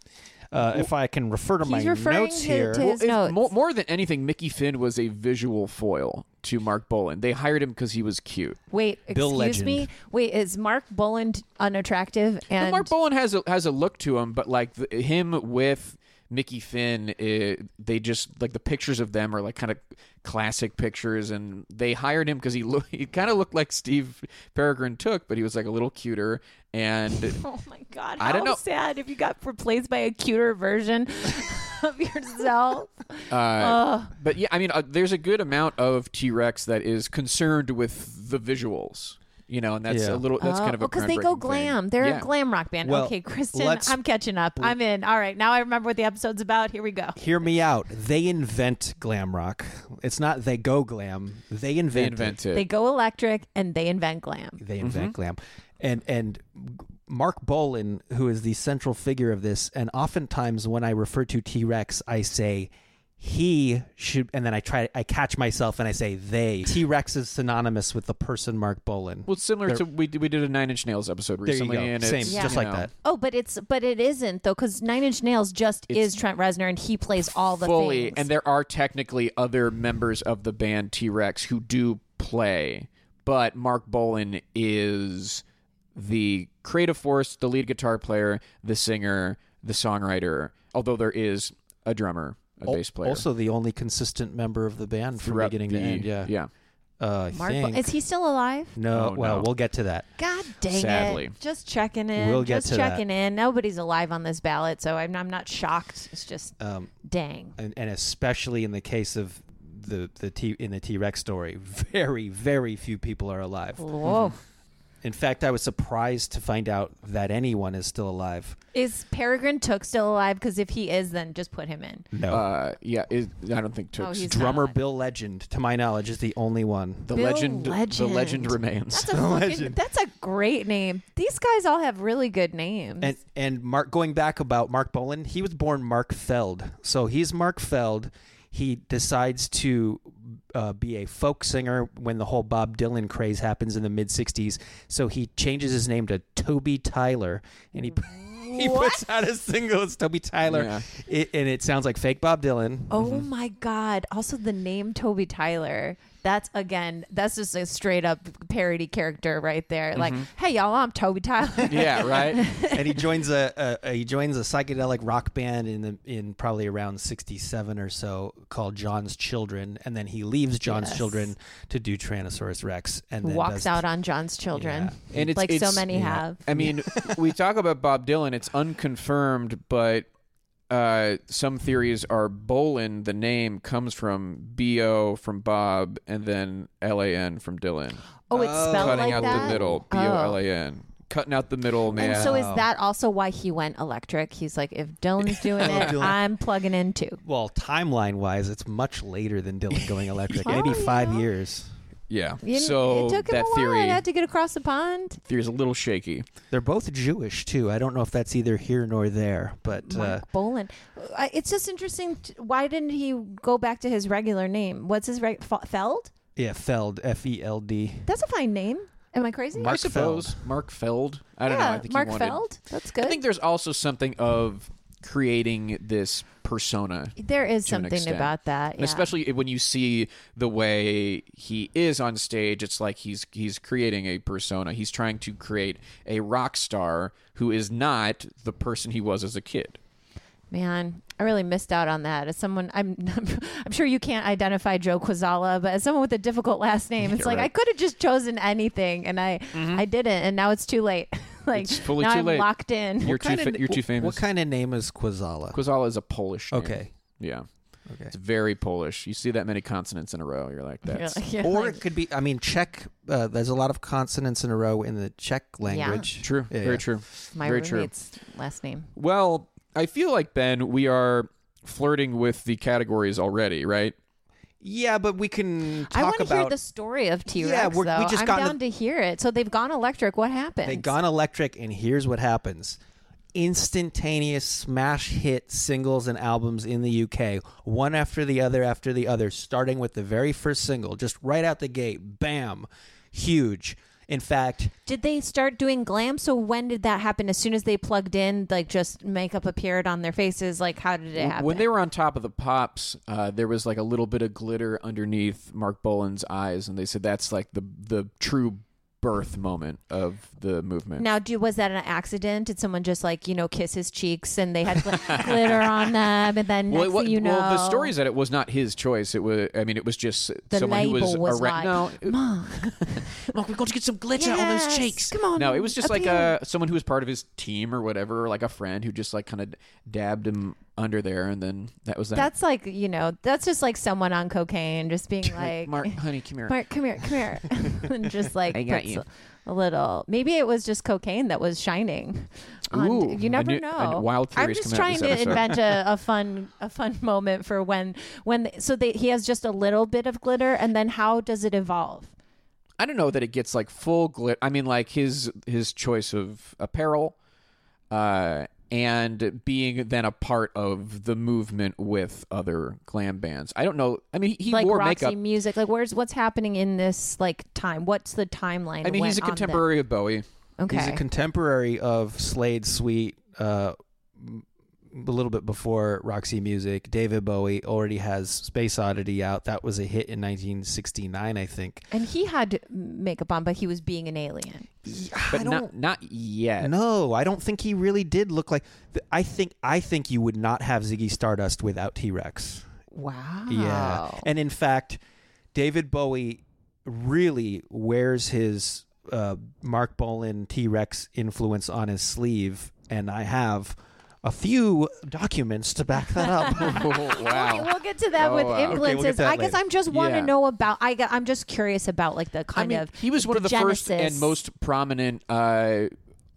Speaker 3: uh, if I can refer to my
Speaker 2: referring
Speaker 3: notes
Speaker 2: to-
Speaker 3: here,
Speaker 2: to his
Speaker 1: If-
Speaker 2: notes.
Speaker 1: More, more than anything, Mickey Finn was a visual foil to Mark Bolan. They hired him because he was cute.
Speaker 2: Wait,
Speaker 3: Bill
Speaker 2: excuse me.
Speaker 3: Legend.
Speaker 2: Wait, is Mark Boland unattractive?
Speaker 1: And
Speaker 2: And
Speaker 1: Mark Bolan has a, has a look to him, but like the, him with Mickey Finn, eh, they just like the pictures of them are like kind of classic pictures, and they hired him because he look, [LAUGHS] he kind of looked like Steve Peregrine took, but he was like a little cuter and.
Speaker 2: [LAUGHS] Oh my god! How
Speaker 1: I don't know.
Speaker 2: Sad if you got replaced by a cuter version [LAUGHS] of yourself.
Speaker 1: Uh, but yeah, I mean, uh, there's a good amount of T Rex that is concerned with the visuals, you know, and that's
Speaker 3: Yeah.
Speaker 1: a little that's kind of a
Speaker 2: because Oh, they go
Speaker 1: groundbreaking thing.
Speaker 2: glam. They're
Speaker 1: Yeah.
Speaker 2: a glam rock band.
Speaker 3: Well,
Speaker 2: okay, Kristen,
Speaker 3: let's-
Speaker 2: I'm catching up. I'm in. All right, now I remember what the episode's about. Here we go.
Speaker 3: hear me out. They invent glam rock. It's not they go glam. They invent.
Speaker 1: They
Speaker 3: it.
Speaker 1: invent it.
Speaker 2: They go electric and they invent glam.
Speaker 3: They
Speaker 1: Mm-hmm.
Speaker 3: invent glam, and and Mark Bolin, who is the central figure of this, and oftentimes when I refer to T Rex, I say he should, and then I try I catch myself and I
Speaker 1: [LAUGHS]
Speaker 3: say they. T Rex is synonymous with the person Mark Bolin.
Speaker 1: well, similar to we we did a Nine Inch Nails episode
Speaker 3: there you
Speaker 1: recently,
Speaker 3: go,
Speaker 1: and
Speaker 3: same,
Speaker 1: it's,
Speaker 3: just
Speaker 1: you
Speaker 3: like
Speaker 1: know,
Speaker 3: that.
Speaker 2: Oh, but it's but it isn't though because Nine Inch Nails just is Trent Reznor and he plays all the
Speaker 1: fully.
Speaker 2: things.
Speaker 1: And there are technically other members of the band T Rex who do play, but Mark Bolan is the creative force, the lead guitar player, the singer, the songwriter. Although there is a drummer, a bass player.
Speaker 3: Also, the only consistent member of the band from
Speaker 1: throughout
Speaker 3: beginning
Speaker 1: the,
Speaker 3: to end. Yeah,
Speaker 1: yeah.
Speaker 3: Uh, I
Speaker 2: Mark,
Speaker 3: think.
Speaker 2: Bo- is he still alive?
Speaker 3: no,
Speaker 1: Oh,
Speaker 3: well,
Speaker 1: no.
Speaker 3: we'll get to that.
Speaker 2: God dang
Speaker 1: Sadly.
Speaker 2: it! Just checking in.
Speaker 3: We'll get
Speaker 2: just
Speaker 3: to that.
Speaker 2: checking in. Nobody's alive on this ballot, so I'm, I'm not shocked. It's
Speaker 1: Uh,
Speaker 2: just dang.
Speaker 3: Um, and, and especially in the case of the the T in the T Rex story, [LAUGHS] very very few people are
Speaker 1: uh,
Speaker 3: alive.
Speaker 1: mm-hmm.
Speaker 2: Whoa!
Speaker 3: In fact, I was surprised to find out that anyone is still alive.
Speaker 2: Is Peregrine Took still alive? Because if he is, then just put him in.
Speaker 3: No,
Speaker 1: Uh, yeah, it, I don't think Tooks.
Speaker 2: Oh, he's-
Speaker 3: drummer
Speaker 2: not.
Speaker 3: Bill Legend, to my knowledge, is the only one.
Speaker 1: the
Speaker 2: Bill
Speaker 1: legend,
Speaker 2: Legend.
Speaker 1: the legend remains.
Speaker 2: That's a, fucking, [LAUGHS] that's a great name. These guys all have really good names.
Speaker 3: And and Mark, going back about Mark Bolan, he was born Mark Feld, so he's Mark Feld. he decides to uh, be a folk singer when the whole Bob Dylan craze happens in the mid 60s. So he changes his name to Toby Tyler and he. [LAUGHS] He puts out a single. It's Toby Tyler,
Speaker 1: Yeah.
Speaker 3: It- and it sounds like fake Bob Dylan.
Speaker 2: Oh my God. Also, the name Toby Tyler. That's again, that's just a straight up parody character right there. Like, hey, y'all, I'm Toby Tyler.
Speaker 1: yeah, right.
Speaker 2: [LAUGHS]
Speaker 3: and he joins a, a, a he joins a psychedelic rock band in the, in probably around 67 or so called John's Children and then he leaves John's
Speaker 2: Yes.
Speaker 3: Children to do Tyrannosaurus Rex and then
Speaker 2: Walks
Speaker 3: does-
Speaker 2: out on John's children.
Speaker 3: Yeah.
Speaker 1: And it's-
Speaker 2: like
Speaker 1: it's-
Speaker 2: so many
Speaker 3: yeah. [LAUGHS]
Speaker 2: have.
Speaker 1: I mean, we talk about Bob Dylan. It's unconfirmed, but uh, some theories are Bolin. The name comes from B O from Bob, and then L A N from Dylan.
Speaker 2: Oh, it's spelled
Speaker 1: Cutting
Speaker 2: like
Speaker 1: out
Speaker 2: that. Oh.
Speaker 1: the middle, B O L A N. Cutting out the middle, man.
Speaker 2: And so is that also why he went electric? He's like, if Dylan's doing it,
Speaker 3: Dylan.
Speaker 2: I'm plugging in too.
Speaker 3: well timeline wise it's much later than Dylan going electric 85 years
Speaker 1: yeah.
Speaker 2: You-
Speaker 1: so
Speaker 2: it took him
Speaker 1: that
Speaker 2: a while.
Speaker 1: theory
Speaker 2: I had to get across the pond.
Speaker 1: theory's a little shaky.
Speaker 3: they're both Jewish too I don't know if that's either here nor there but uh,
Speaker 2: Mark Bolan. I- It's just interesting. t- Why didn't he go back to his regular name? What's his reg- F- Feld?
Speaker 3: yeah Feld F E L D
Speaker 2: That's a fine name. Am I crazy?
Speaker 3: Mark
Speaker 1: I suppose Mark Feld. I don't know. I
Speaker 2: yeah,
Speaker 1: think he
Speaker 2: Mark
Speaker 1: wanted-
Speaker 2: Feld. That's
Speaker 1: I
Speaker 2: good.
Speaker 1: think there's also something of creating this persona
Speaker 2: there is
Speaker 1: to an
Speaker 2: something
Speaker 1: extent.
Speaker 2: about that.
Speaker 1: And
Speaker 2: yeah.
Speaker 1: especially when you see the way he is on stage, it's like he's he's creating a persona. He's trying to create a rock star who is not the person he was as a kid.
Speaker 2: Man, I really missed out on that. As someone, I'm, [LAUGHS] I'm sure you can't identify Joe Quazala, but as someone with a difficult last
Speaker 1: [LAUGHS]
Speaker 2: name, it's
Speaker 1: Yeah,
Speaker 2: like
Speaker 1: right. Mm-hmm.
Speaker 2: I could have just chosen anything, and I, I didn't, and now it's too late. [LAUGHS] like
Speaker 1: It's fully
Speaker 2: now
Speaker 1: too
Speaker 2: I'm
Speaker 1: late.
Speaker 2: locked in. [LAUGHS]
Speaker 1: You're too fa- you're too famous.
Speaker 3: What kind of name is Quazala?
Speaker 1: Quazala is a Polish. name.
Speaker 3: Okay.
Speaker 1: Yeah.
Speaker 3: Okay.
Speaker 1: It's very Polish. You see that many consonants in a row, you're like
Speaker 2: You're
Speaker 1: that's
Speaker 2: like- [LAUGHS] you're
Speaker 3: or
Speaker 2: like-
Speaker 3: it could be i mean czech uh, there's a lot of consonants in a row in the czech language
Speaker 1: true.
Speaker 3: Yeah,
Speaker 1: very
Speaker 3: yeah.
Speaker 1: true.
Speaker 2: my
Speaker 1: very true.
Speaker 2: roommate's last name.
Speaker 1: Well, I feel like Ben, we are flirting with the categories already, right?
Speaker 3: yeah but we can
Speaker 2: I
Speaker 3: talk
Speaker 2: want to
Speaker 3: about
Speaker 2: hear the story of T Rex.
Speaker 3: Yeah, we're-
Speaker 2: though.
Speaker 3: we just
Speaker 2: I'm
Speaker 3: got in
Speaker 2: down to hear it. So they've gone electric. What happened?
Speaker 3: they gone electric and here's what happens instantaneous smash hit singles and albums in the UK one after the other after the other starting with the very first single just right out the gate bam huge in fact
Speaker 2: Did they start doing glam? So when did that happen? As soon as they plugged in, like just makeup appeared on their faces. Like how did it happen?
Speaker 1: When they were on top of the pops, uh, there was like a little bit of glitter underneath Mark Bolan's eyes, and they said that's like the the true birth moment of the movement.
Speaker 2: Now, do was that an accident? Did someone just like you know kiss his cheeks and they had
Speaker 3: [LAUGHS]
Speaker 2: gl- glitter on them, and then
Speaker 1: well,
Speaker 2: next
Speaker 1: it wa-
Speaker 2: thing you know,
Speaker 1: well, the story is that it was not his choice. It was, I mean, it was just
Speaker 2: the
Speaker 1: someone who
Speaker 2: label
Speaker 1: was,
Speaker 2: like,
Speaker 1: around. no,
Speaker 3: [LAUGHS]
Speaker 2: Mark,
Speaker 1: Mark, we've got to get some glitter on
Speaker 2: yes,
Speaker 1: those cheeks.
Speaker 2: Come on,
Speaker 1: No, it was just like
Speaker 2: appear."
Speaker 1: uh, someone who was part of his team or whatever, or like a friend who just like kind of dabbed him under there, and then that was that.
Speaker 2: That's like you know, that's just like someone on cocaine just being like,
Speaker 1: Mark, honey, come here.
Speaker 2: Mark, come here, come
Speaker 1: [LAUGHS]
Speaker 2: here, [LAUGHS] and just like
Speaker 1: I got
Speaker 2: puts
Speaker 1: you.
Speaker 2: A little. Maybe it was just cocaine that was shining. on-
Speaker 1: Ooh,
Speaker 2: you
Speaker 1: a
Speaker 2: never
Speaker 1: new- a
Speaker 2: know.
Speaker 1: wild
Speaker 2: I'm
Speaker 1: theories
Speaker 2: just
Speaker 1: come out
Speaker 2: trying
Speaker 1: this
Speaker 2: to
Speaker 1: episode.
Speaker 2: invent a,
Speaker 1: [LAUGHS]
Speaker 2: a fun, a fun moment for when, when. The, so they, he has just a little bit of glitter, and then how does it evolve?
Speaker 1: I don't know that it gets like full glit. I mean, like his his choice of apparel, uh, and being then a part of the movement with other glam bands. I don't know. I mean, he
Speaker 2: like
Speaker 1: wore
Speaker 2: Roxy
Speaker 1: makeup.
Speaker 2: Music. Like, where's what's happening in this like time? What's the timeline?
Speaker 1: I mean, he's a
Speaker 2: when- on them?
Speaker 1: contemporary of Bowie.
Speaker 2: Okay.
Speaker 3: He's a contemporary of Slade Sweet, uh, m- a little bit before Roxy Music. David Bowie already has Space Oddity out. That was a hit in 1969, I think.
Speaker 2: and he had makeup on, but he was being an alien.
Speaker 1: But not not yet.
Speaker 3: No, I don't think he really did look like. th- I think I think you would not have Ziggy Stardust without T Rex.
Speaker 2: Wow.
Speaker 3: Yeah. And in fact, David Bowie really wears his uh, Mark Bolin T Rex influence on his sleeve. And I have a few documents to back that [LAUGHS] up.
Speaker 1: [LAUGHS] Oh, wow.
Speaker 2: We'll get to that
Speaker 1: Oh,
Speaker 2: with
Speaker 1: wow. Okay, we'll
Speaker 3: get
Speaker 2: influences.
Speaker 3: to that
Speaker 2: I guess
Speaker 3: later.
Speaker 2: I'm just want to
Speaker 1: Yeah.
Speaker 2: know about. I got, I'm just curious about like the
Speaker 1: I
Speaker 2: kind
Speaker 1: mean,
Speaker 2: of.
Speaker 1: he was one of the first and
Speaker 2: genesis.
Speaker 1: most prominent uh,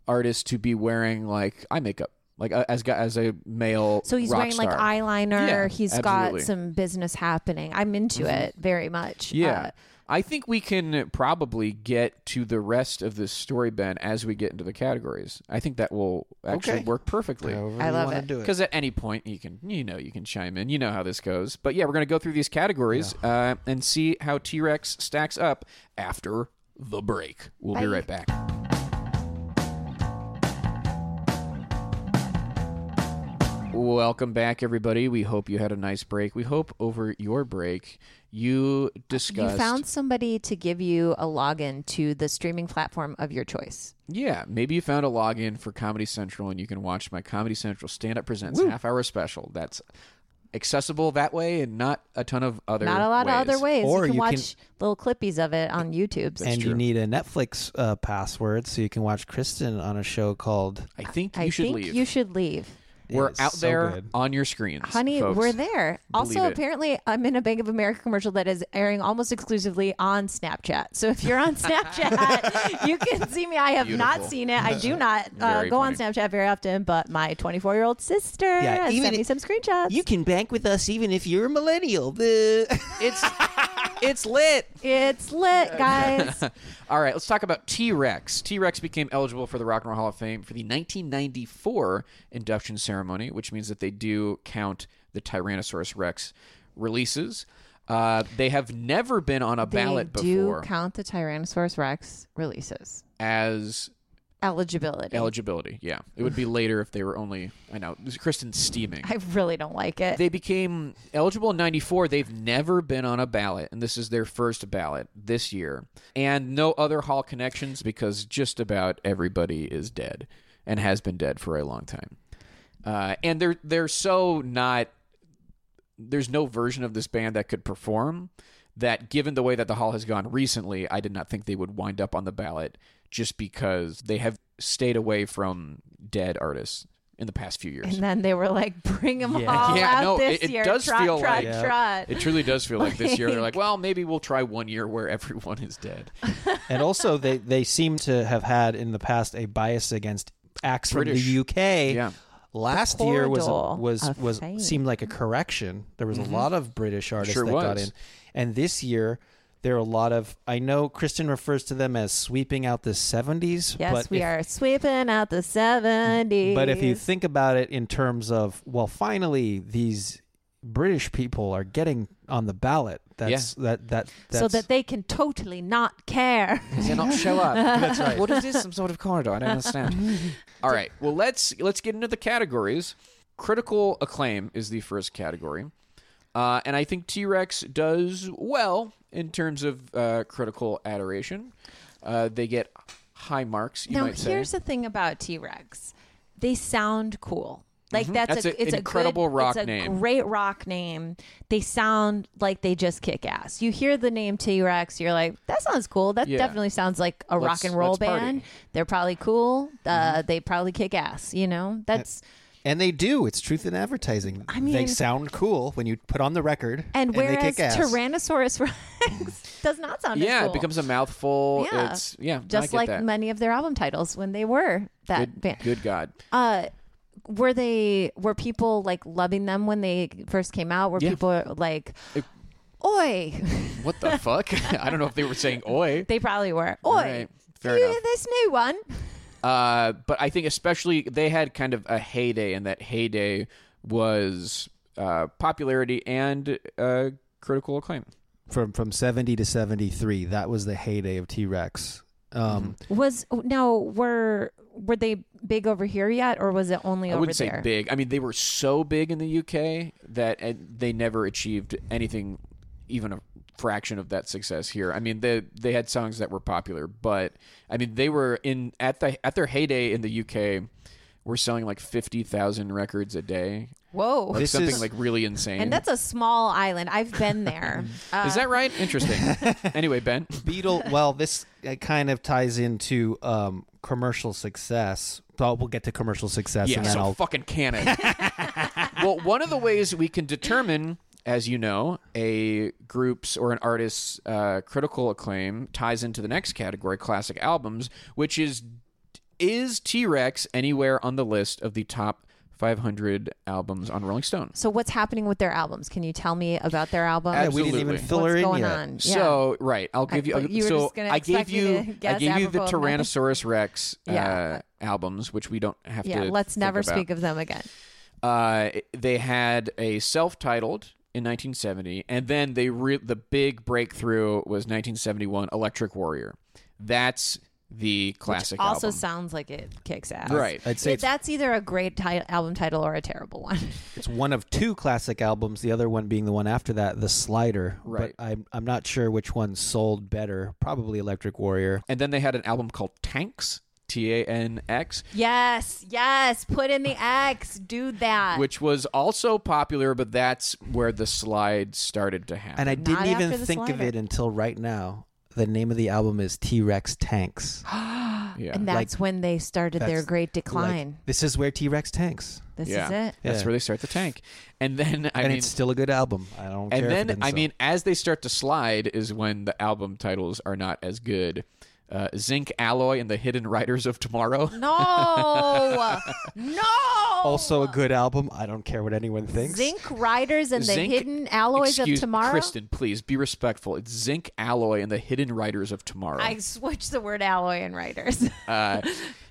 Speaker 1: artists to be wearing like eye makeup, like uh, as as a male.
Speaker 2: So he's
Speaker 1: rock
Speaker 2: wearing like
Speaker 1: star.
Speaker 2: eyeliner.
Speaker 1: Yeah,
Speaker 2: He's
Speaker 1: absolutely. Mm-hmm.
Speaker 2: got some business happening. I'm into it very much.
Speaker 1: Yeah.
Speaker 2: Uh,
Speaker 1: I think we can probably get to the rest of this story, Ben, as we get into the categories. I think that will actually
Speaker 3: Okay.
Speaker 1: work perfectly.
Speaker 3: However
Speaker 2: I
Speaker 3: you
Speaker 2: love
Speaker 3: wanna
Speaker 2: it.
Speaker 3: do
Speaker 1: Because at any point you can, you know, you can chime in. You know how this goes. But yeah, we're gonna go through these categories uh, and see how T Rex stacks up after the break. We'll be right back. Welcome back, everybody. We hope you had a nice break. We hope over your break you discussed.
Speaker 2: You found somebody to give you a login to the streaming platform of your choice.
Speaker 1: Yeah, maybe you found a login for Comedy Central and you can watch my Comedy Central Stand Up Presents half hour special. That's accessible that way and not a ton of other
Speaker 2: Not a lot
Speaker 1: ways.
Speaker 2: of other ways.
Speaker 3: Or
Speaker 2: you can
Speaker 3: you can-
Speaker 2: watch little clippies of it on YouTube.
Speaker 3: and you need a Netflix uh, password so you can watch Kristen on a show called.
Speaker 1: I think
Speaker 2: I
Speaker 1: you should
Speaker 2: think
Speaker 1: leave.
Speaker 2: you should leave.
Speaker 1: We're
Speaker 3: It's
Speaker 1: out
Speaker 3: so
Speaker 1: there
Speaker 3: good.
Speaker 1: on your screens.
Speaker 2: Honey,
Speaker 1: folks.
Speaker 2: we're there. Also,
Speaker 1: it.
Speaker 2: apparently, I'm in a Bank of America commercial that is airing almost exclusively on Snapchat. So if you're on [LAUGHS] Snapchat, you can see me. I have
Speaker 1: Beautiful.
Speaker 2: not seen it. I do not uh,
Speaker 1: [LAUGHS] Very
Speaker 2: go on
Speaker 1: funny.
Speaker 2: Snapchat very often, but my 24 year old sister has
Speaker 3: even
Speaker 2: sent me
Speaker 3: if-
Speaker 2: some screenshots.
Speaker 3: can bank with us even if you're a millennial. [LAUGHS] it's it's lit.
Speaker 2: it's lit, guys.
Speaker 1: All right, let's talk about T Rex. T Rex became eligible for the Rock and Roll Hall of Fame for the 1994 induction ceremony, which means that they do count the Tyrannosaurus Rex releases. Uh, they have never been on a [LAUGHS] ballot
Speaker 2: they
Speaker 1: before
Speaker 2: do count the Tyrannosaurus Rex releases.
Speaker 1: as
Speaker 2: Eligibility.
Speaker 1: eligibility. Yeah, it would be later if they were only. I know Kristen's steaming.
Speaker 2: I really don't like it.
Speaker 1: they became eligible in 94 they've never been on a ballot and this is their first ballot this year and no other hall connections because just about everybody is dead and has been dead for a long time uh, and they're they're so not there's no version of this band that could perform that given the way that the hall has gone recently i did not think they would wind up on the ballot just because they have stayed away from dead artists in the past few years
Speaker 2: and then they were like, bring them all
Speaker 1: yeah,
Speaker 2: out
Speaker 1: no,
Speaker 2: this
Speaker 1: it, it
Speaker 2: year.
Speaker 1: does
Speaker 2: trot,
Speaker 1: feel
Speaker 2: trot,
Speaker 1: like
Speaker 2: trot.
Speaker 1: it truly does feel like this year they're like, well, maybe we'll try one year where [LAUGHS] everyone is dead.
Speaker 3: and also, they they seem to have had in the past a bias against acts
Speaker 1: British.
Speaker 3: from the UK.
Speaker 1: Yeah.
Speaker 3: Last year was
Speaker 2: corridor
Speaker 3: was
Speaker 2: of
Speaker 3: was
Speaker 2: fame. Mm-hmm.
Speaker 3: seemed like a correction. There was a lot of British artists
Speaker 1: Sure
Speaker 3: that got
Speaker 1: was.
Speaker 3: in, and this year there are a lot of. I know Kristen refers to them as sweeping out the seventies.
Speaker 2: Yes,
Speaker 3: but
Speaker 2: we
Speaker 3: if,
Speaker 2: are sweeping out the 70s.
Speaker 3: But if you think about it in terms of, well, finally these British people are getting on the ballot. That's that that that's,
Speaker 2: so that they can totally not care.
Speaker 1: they not show
Speaker 2: [LAUGHS]
Speaker 1: up?
Speaker 3: that's right.
Speaker 1: What is this? Some sort of corridor? I don't understand. [LAUGHS] All right. Well, let's let's get into the categories. Critical acclaim is the first category, uh, and I think T Rex does well in terms of uh, critical adoration. Uh, they get high marks. [LAUGHS] You
Speaker 2: now,
Speaker 1: might say.
Speaker 2: here's the thing about T Rex they sound cool. Like that's,
Speaker 1: Mm-hmm. That's
Speaker 2: a,
Speaker 1: a-
Speaker 2: it's
Speaker 1: incredible
Speaker 2: a good,
Speaker 1: rock
Speaker 2: it's a
Speaker 1: name.
Speaker 2: Great rock name. They sound like they just kick ass. You hear the name T Rex, you're like, that sounds cool. That
Speaker 1: Yeah.
Speaker 2: definitely sounds like a
Speaker 1: Let's-
Speaker 2: rock and roll
Speaker 1: let's party. Mm-hmm.
Speaker 2: band. They're probably cool. Uh, They probably kick ass. You know, that's
Speaker 3: And they do. It's truth in advertising.
Speaker 2: I mean-
Speaker 3: they sound cool when you put on the record.
Speaker 2: and
Speaker 3: they
Speaker 2: whereas
Speaker 3: kick ass.
Speaker 2: Tyrannosaurus [LAUGHS] Rex does not sound as
Speaker 1: yeah, it
Speaker 2: cool.
Speaker 1: becomes a mouthful.
Speaker 2: Yeah.
Speaker 1: It's yeah, I
Speaker 2: just
Speaker 1: get
Speaker 2: like
Speaker 1: that.
Speaker 2: many of their album titles when they were that
Speaker 1: good,
Speaker 2: band.
Speaker 1: good God.
Speaker 2: Uh, were they were people like loving them when they first came out? Were
Speaker 1: Yeah.
Speaker 2: people like,
Speaker 1: It-
Speaker 2: "Oi," [LAUGHS]
Speaker 1: What the fuck? [LAUGHS] I don't know if they were saying oi.
Speaker 2: they probably were.
Speaker 1: All
Speaker 2: Oi,
Speaker 1: right, fair
Speaker 2: you
Speaker 1: enough.
Speaker 2: this new one.
Speaker 1: Uh, but I think especially they had kind of a heyday, and that heyday was uh, popularity and uh, critical acclaim.
Speaker 3: from from 70 to 73, that was the heyday of T-Rex. Um,
Speaker 2: Was now were were they big over here yet, or was it only
Speaker 1: I
Speaker 2: over
Speaker 1: wouldn't say
Speaker 2: there?
Speaker 1: big. I mean, they were so big in the UK that uh, they never achieved anything, even a fraction of that success here. I mean, they they had songs that were popular, but I mean, they were in at the at their heyday in the UK. Were selling like fifty thousand records a day,
Speaker 2: Whoa.
Speaker 1: like
Speaker 3: This
Speaker 1: something
Speaker 3: is-
Speaker 1: like really insane.
Speaker 2: and that's a small island. I've
Speaker 1: [LAUGHS]
Speaker 2: been there. Uh,
Speaker 1: Is that right? Interesting.
Speaker 2: [LAUGHS]
Speaker 1: anyway, Ben.
Speaker 3: Mm-hmm. [LAUGHS] Beetle, well, this uh, kind of ties into um, commercial success. Well, we'll get to commercial success
Speaker 1: Yeah,
Speaker 3: and then
Speaker 1: so
Speaker 3: I'll
Speaker 1: fucking can
Speaker 2: [LAUGHS]
Speaker 1: it. well, one of the ways we can determine, as you know, a group's or an artist's uh, critical acclaim ties into the next category, classic albums, which is is T Rex anywhere on the list of the top 500 albums on Rolling Stone.
Speaker 2: So what's happening with their albums? Can you tell me about their albums?
Speaker 3: Yeah, we didn't
Speaker 1: Absolutely.
Speaker 3: even fill
Speaker 2: What's
Speaker 3: her in
Speaker 2: going
Speaker 3: yet.
Speaker 2: on?
Speaker 1: So right, I'll
Speaker 2: I-
Speaker 1: give you.
Speaker 2: but you were
Speaker 1: so
Speaker 2: just gonna
Speaker 1: I gave
Speaker 2: expect me
Speaker 1: you.
Speaker 2: to
Speaker 1: I
Speaker 2: guess
Speaker 1: gave you the
Speaker 2: apropos of nothing.
Speaker 1: Tyrannosaurus Rex uh,
Speaker 2: Yeah.
Speaker 1: albums, which we don't have
Speaker 2: yeah,
Speaker 1: to.
Speaker 2: let's
Speaker 1: think
Speaker 2: never
Speaker 1: about.
Speaker 2: speak of them again.
Speaker 1: Uh, they had a self-titled in 1970, and then they re- the big breakthrough was 1971 Electric Warrior. That's the classic.
Speaker 2: Also
Speaker 1: album.
Speaker 2: sounds like it kicks ass.
Speaker 1: Right.
Speaker 3: I'd say
Speaker 2: It-
Speaker 3: it's,
Speaker 2: that's either a great ti- album title or a terrible one. [LAUGHS]
Speaker 3: it's one of two classic albums. The other one being the one after that, The Slider.
Speaker 1: Right.
Speaker 3: But I'm I'm not sure which one sold better. Probably Electric Warrior.
Speaker 1: and then they had an album called Tanks, T A N X,
Speaker 2: yes, yes. Put in the X. Do that.
Speaker 1: which was also popular, but that's where the slide started to happen.
Speaker 3: And I didn't even
Speaker 2: after The
Speaker 3: think of
Speaker 2: Slider.
Speaker 3: it until right now. The name of the album is T Rex
Speaker 2: [GASPS]
Speaker 3: Tanks.
Speaker 1: yeah.
Speaker 2: and that's when they started their
Speaker 3: That's
Speaker 2: great
Speaker 3: Like,
Speaker 2: decline.
Speaker 3: this is where T Rex tanks,
Speaker 2: this
Speaker 1: yeah.
Speaker 2: is it.
Speaker 1: That's
Speaker 3: Yeah.
Speaker 1: where they start the tank. And then I
Speaker 3: and
Speaker 1: mean
Speaker 3: it's still a good album. I don't. care
Speaker 1: and
Speaker 3: if it
Speaker 1: then
Speaker 3: didn't
Speaker 1: I
Speaker 3: sell.
Speaker 1: mean as they start to slide is when the album titles are not as good. Uh, Zinc Alloy and the Hidden Riders of Tomorrow. [LAUGHS]
Speaker 2: No, no.
Speaker 3: also a good album. I don't care what anyone thinks.
Speaker 2: Zinc Riders and
Speaker 1: Zinc-
Speaker 2: the Hidden Alloys
Speaker 1: excuse,
Speaker 2: of Tomorrow.
Speaker 1: Kristen, please be respectful. It's Zinc Alloy and the Hidden Riders of Tomorrow.
Speaker 2: I switched the word alloy
Speaker 1: [LAUGHS]
Speaker 2: and writers.
Speaker 1: Uh,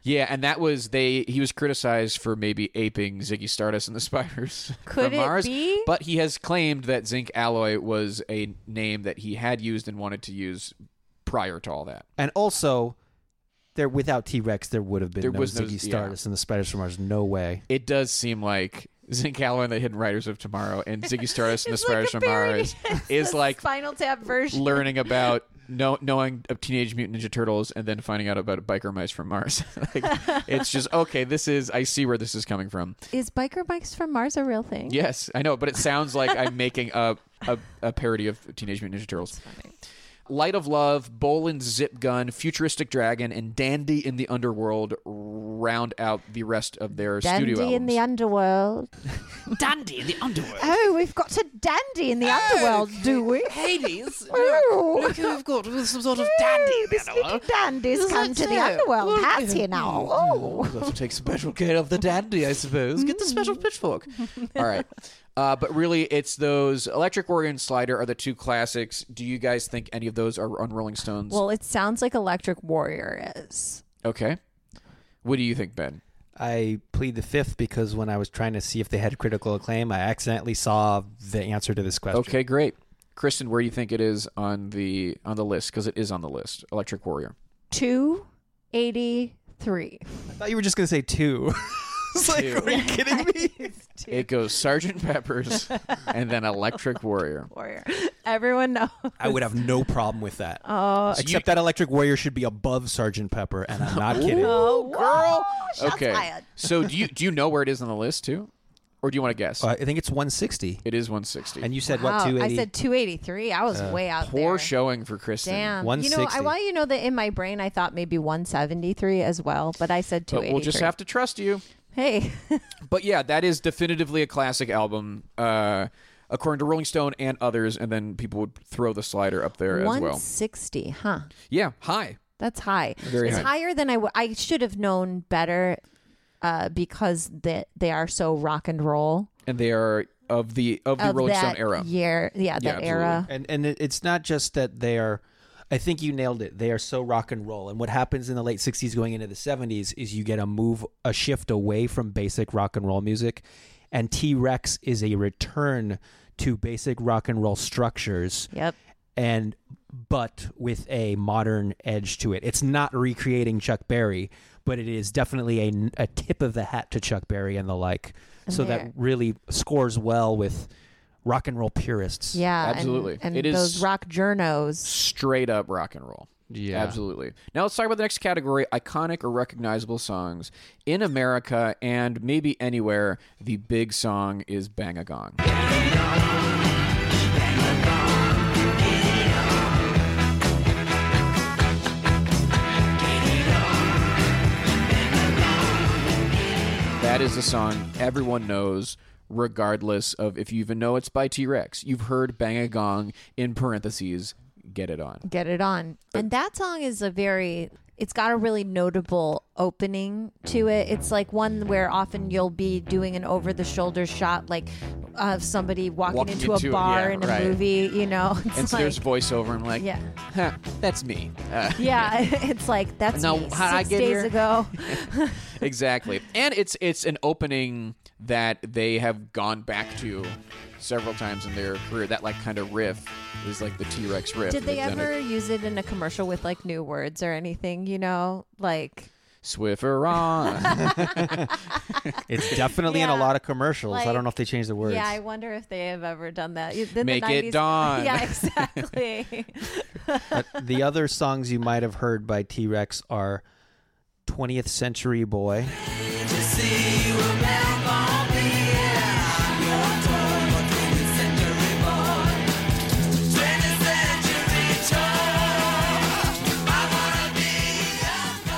Speaker 1: yeah, and that was they. He was criticized for maybe aping Ziggy Stardust and the Spiders [LAUGHS]
Speaker 2: Could
Speaker 1: from
Speaker 2: it
Speaker 1: Mars,
Speaker 2: be?
Speaker 1: but he has claimed that zinc alloy was a name that he had used and wanted to use prior to all that.
Speaker 3: and also, there without T Rex, there would have been
Speaker 1: There
Speaker 3: no
Speaker 1: was no-
Speaker 3: Ziggy
Speaker 1: yeah.
Speaker 3: Stardust and the Spiders from Mars. No way.
Speaker 1: It does seem like zinc alloy and the Hidden Riders of Tomorrow and Ziggy Stardust and the
Speaker 2: It's [LAUGHS]
Speaker 1: Spiders
Speaker 2: like a
Speaker 1: from Mars
Speaker 2: [LAUGHS]
Speaker 1: is like
Speaker 2: Final Tap version.
Speaker 1: learning about. Know, knowing of Teenage Mutant Ninja Turtles and then finding out about biker mice from Mars, [LAUGHS] like, it's just okay. This is I see where this is coming from.
Speaker 2: Is Biker Bikes from Mars a real thing?
Speaker 1: Yes, I know, but it sounds like I'm making a, a, a parody of Teenage Mutant Ninja Turtles. Light of Love, Bolin's Zip Gun, Futuristic Dragon, and Dandy in the Underworld round out the rest of their
Speaker 2: Dandy
Speaker 1: studio
Speaker 2: in
Speaker 1: albums.
Speaker 2: the underworld.
Speaker 5: [LAUGHS] Dandy in the underworld. Oh,
Speaker 2: Oh, we've got a dandy in the underworld, do we? [LAUGHS] Oh.
Speaker 5: Hades,
Speaker 2: Ooh.
Speaker 5: look who we've got with some sort of dandy in the
Speaker 2: This little
Speaker 5: underworld.
Speaker 2: dandy's come to the underworld, has he now? Oh.
Speaker 1: We'll have to take special care of the dandy, I suppose. Get the special
Speaker 2: Mm. [LAUGHS]
Speaker 1: pitchfork. All right. Uh, but really, it's those Electric Warrior and Slider are the two classics. Do you guys think any of those are on Rolling Stones?
Speaker 2: Well, it sounds like Electric Warrior is.
Speaker 1: okay. What do you think, Ben?
Speaker 3: I plead the fifth because when I was trying to see if they had critical acclaim, I accidentally saw the answer to this question.
Speaker 1: Okay, great. Kristen, where do you think it is on the on the list? Because it is on the list. Electric Warrior.
Speaker 2: 283. [LAUGHS]
Speaker 3: I thought you were just gonna say two. [LAUGHS] it's like,
Speaker 1: Two.
Speaker 3: are you kidding me?
Speaker 1: It goes Sergeant
Speaker 2: [LAUGHS]
Speaker 1: Pepper's and then Electric Warrior.
Speaker 2: Warrior. Everyone knows.
Speaker 3: I would have no problem with that.
Speaker 2: Oh,
Speaker 3: Except that Electric Warrior should be above Sergeant Pepper, and I'm [LAUGHS] not kidding.
Speaker 2: oh, girl. Shots
Speaker 1: okay.
Speaker 2: fired.
Speaker 1: So do you do you know where it is on the list too, or do you want to guess?
Speaker 3: Uh, I think it's 160.
Speaker 1: it is 160.
Speaker 3: And you said
Speaker 2: Wow,
Speaker 3: what? 280.
Speaker 2: I said 283. I
Speaker 5: Uh,
Speaker 2: was way out
Speaker 1: poor
Speaker 2: there.
Speaker 1: showing for Kristen.
Speaker 2: Damn. You know, I
Speaker 3: 160.
Speaker 2: want you to know that in my brain I thought maybe 173 as well, but I said
Speaker 1: But
Speaker 2: 283.
Speaker 1: we'll just have to trust you.
Speaker 2: Hey.
Speaker 1: But yeah, that is definitively a classic album, uh, according to Rolling Stone and others. And then people would throw the slider up [LAUGHS] there as well.
Speaker 2: 160, huh?
Speaker 1: Yeah, high.
Speaker 2: That's high.
Speaker 1: Very
Speaker 2: it's
Speaker 1: high.
Speaker 2: higher than I w- I should have known better uh, because that they are so rock and roll
Speaker 1: and they are of the of the
Speaker 2: of
Speaker 1: Rolling
Speaker 2: that
Speaker 1: Stone era.
Speaker 2: year. Yeah, that
Speaker 1: absolutely.
Speaker 2: era.
Speaker 3: and and it- it's not just that they are I think you nailed it. They are so rock and roll. And what happens in the late 60s going into the 70s is you get a move a shift away from basic rock and roll music and T-Rex is a return to basic rock and roll structures
Speaker 2: Yep.
Speaker 3: and but with a modern edge to it. It's not recreating Chuck Berry, but it is definitely a, a tip of the hat to Chuck Berry and the like. so
Speaker 2: there-
Speaker 3: that really scores well with rock and roll purists.
Speaker 2: Yeah. and-
Speaker 1: Absolutely.
Speaker 2: And,
Speaker 1: It is-
Speaker 2: those rock journos.
Speaker 1: Straight up rock and roll.
Speaker 3: Yeah.
Speaker 1: Absolutely. Now let's talk about the next category iconic or recognizable songs. In America and maybe anywhere, the big song is Bang a Gong. That is a song everyone knows, regardless of if you even know it's by T Rex. You've heard Bang a Gong in parentheses, get it on.
Speaker 2: Get it on. And that song is a very it's got a really notable opening to it. It's like one where often you'll be doing an over the shoulder shot, like of somebody walking,
Speaker 1: Walking
Speaker 2: into,
Speaker 1: into it,
Speaker 2: a bar
Speaker 1: yeah,
Speaker 2: in a
Speaker 1: right.
Speaker 2: movie, you know? [LAUGHS] It's
Speaker 1: and so
Speaker 2: like,
Speaker 1: there's voiceover. I'm like,
Speaker 2: yeah.
Speaker 1: huh, that's me.
Speaker 2: [LAUGHS]
Speaker 1: Uh,
Speaker 2: Yeah, it's like that's
Speaker 1: Now,
Speaker 2: me six
Speaker 1: how'd I get
Speaker 2: days
Speaker 1: here? [LAUGHS]
Speaker 2: ago. [LAUGHS]
Speaker 1: exactly. And it's it's an opening that they have gone back to several times in their career. That like kind of riff is like the T Rex riff.
Speaker 2: Did they
Speaker 1: They've done it.
Speaker 2: ever use it in a commercial with like new words or anything? You know, like
Speaker 1: Swiffer on?
Speaker 2: [LAUGHS]
Speaker 3: It's definitely in
Speaker 2: Yeah.
Speaker 3: a lot of commercials. I
Speaker 2: Like-
Speaker 3: don't know if they changed the words.
Speaker 2: yeah. I wonder if they have ever done that. You- the
Speaker 1: Make it
Speaker 2: 90s
Speaker 1: dawn. [LAUGHS]
Speaker 2: [LAUGHS] Yeah, exactly. [LAUGHS]
Speaker 3: But the other songs you might have heard by T Rex are 20th Century Boy.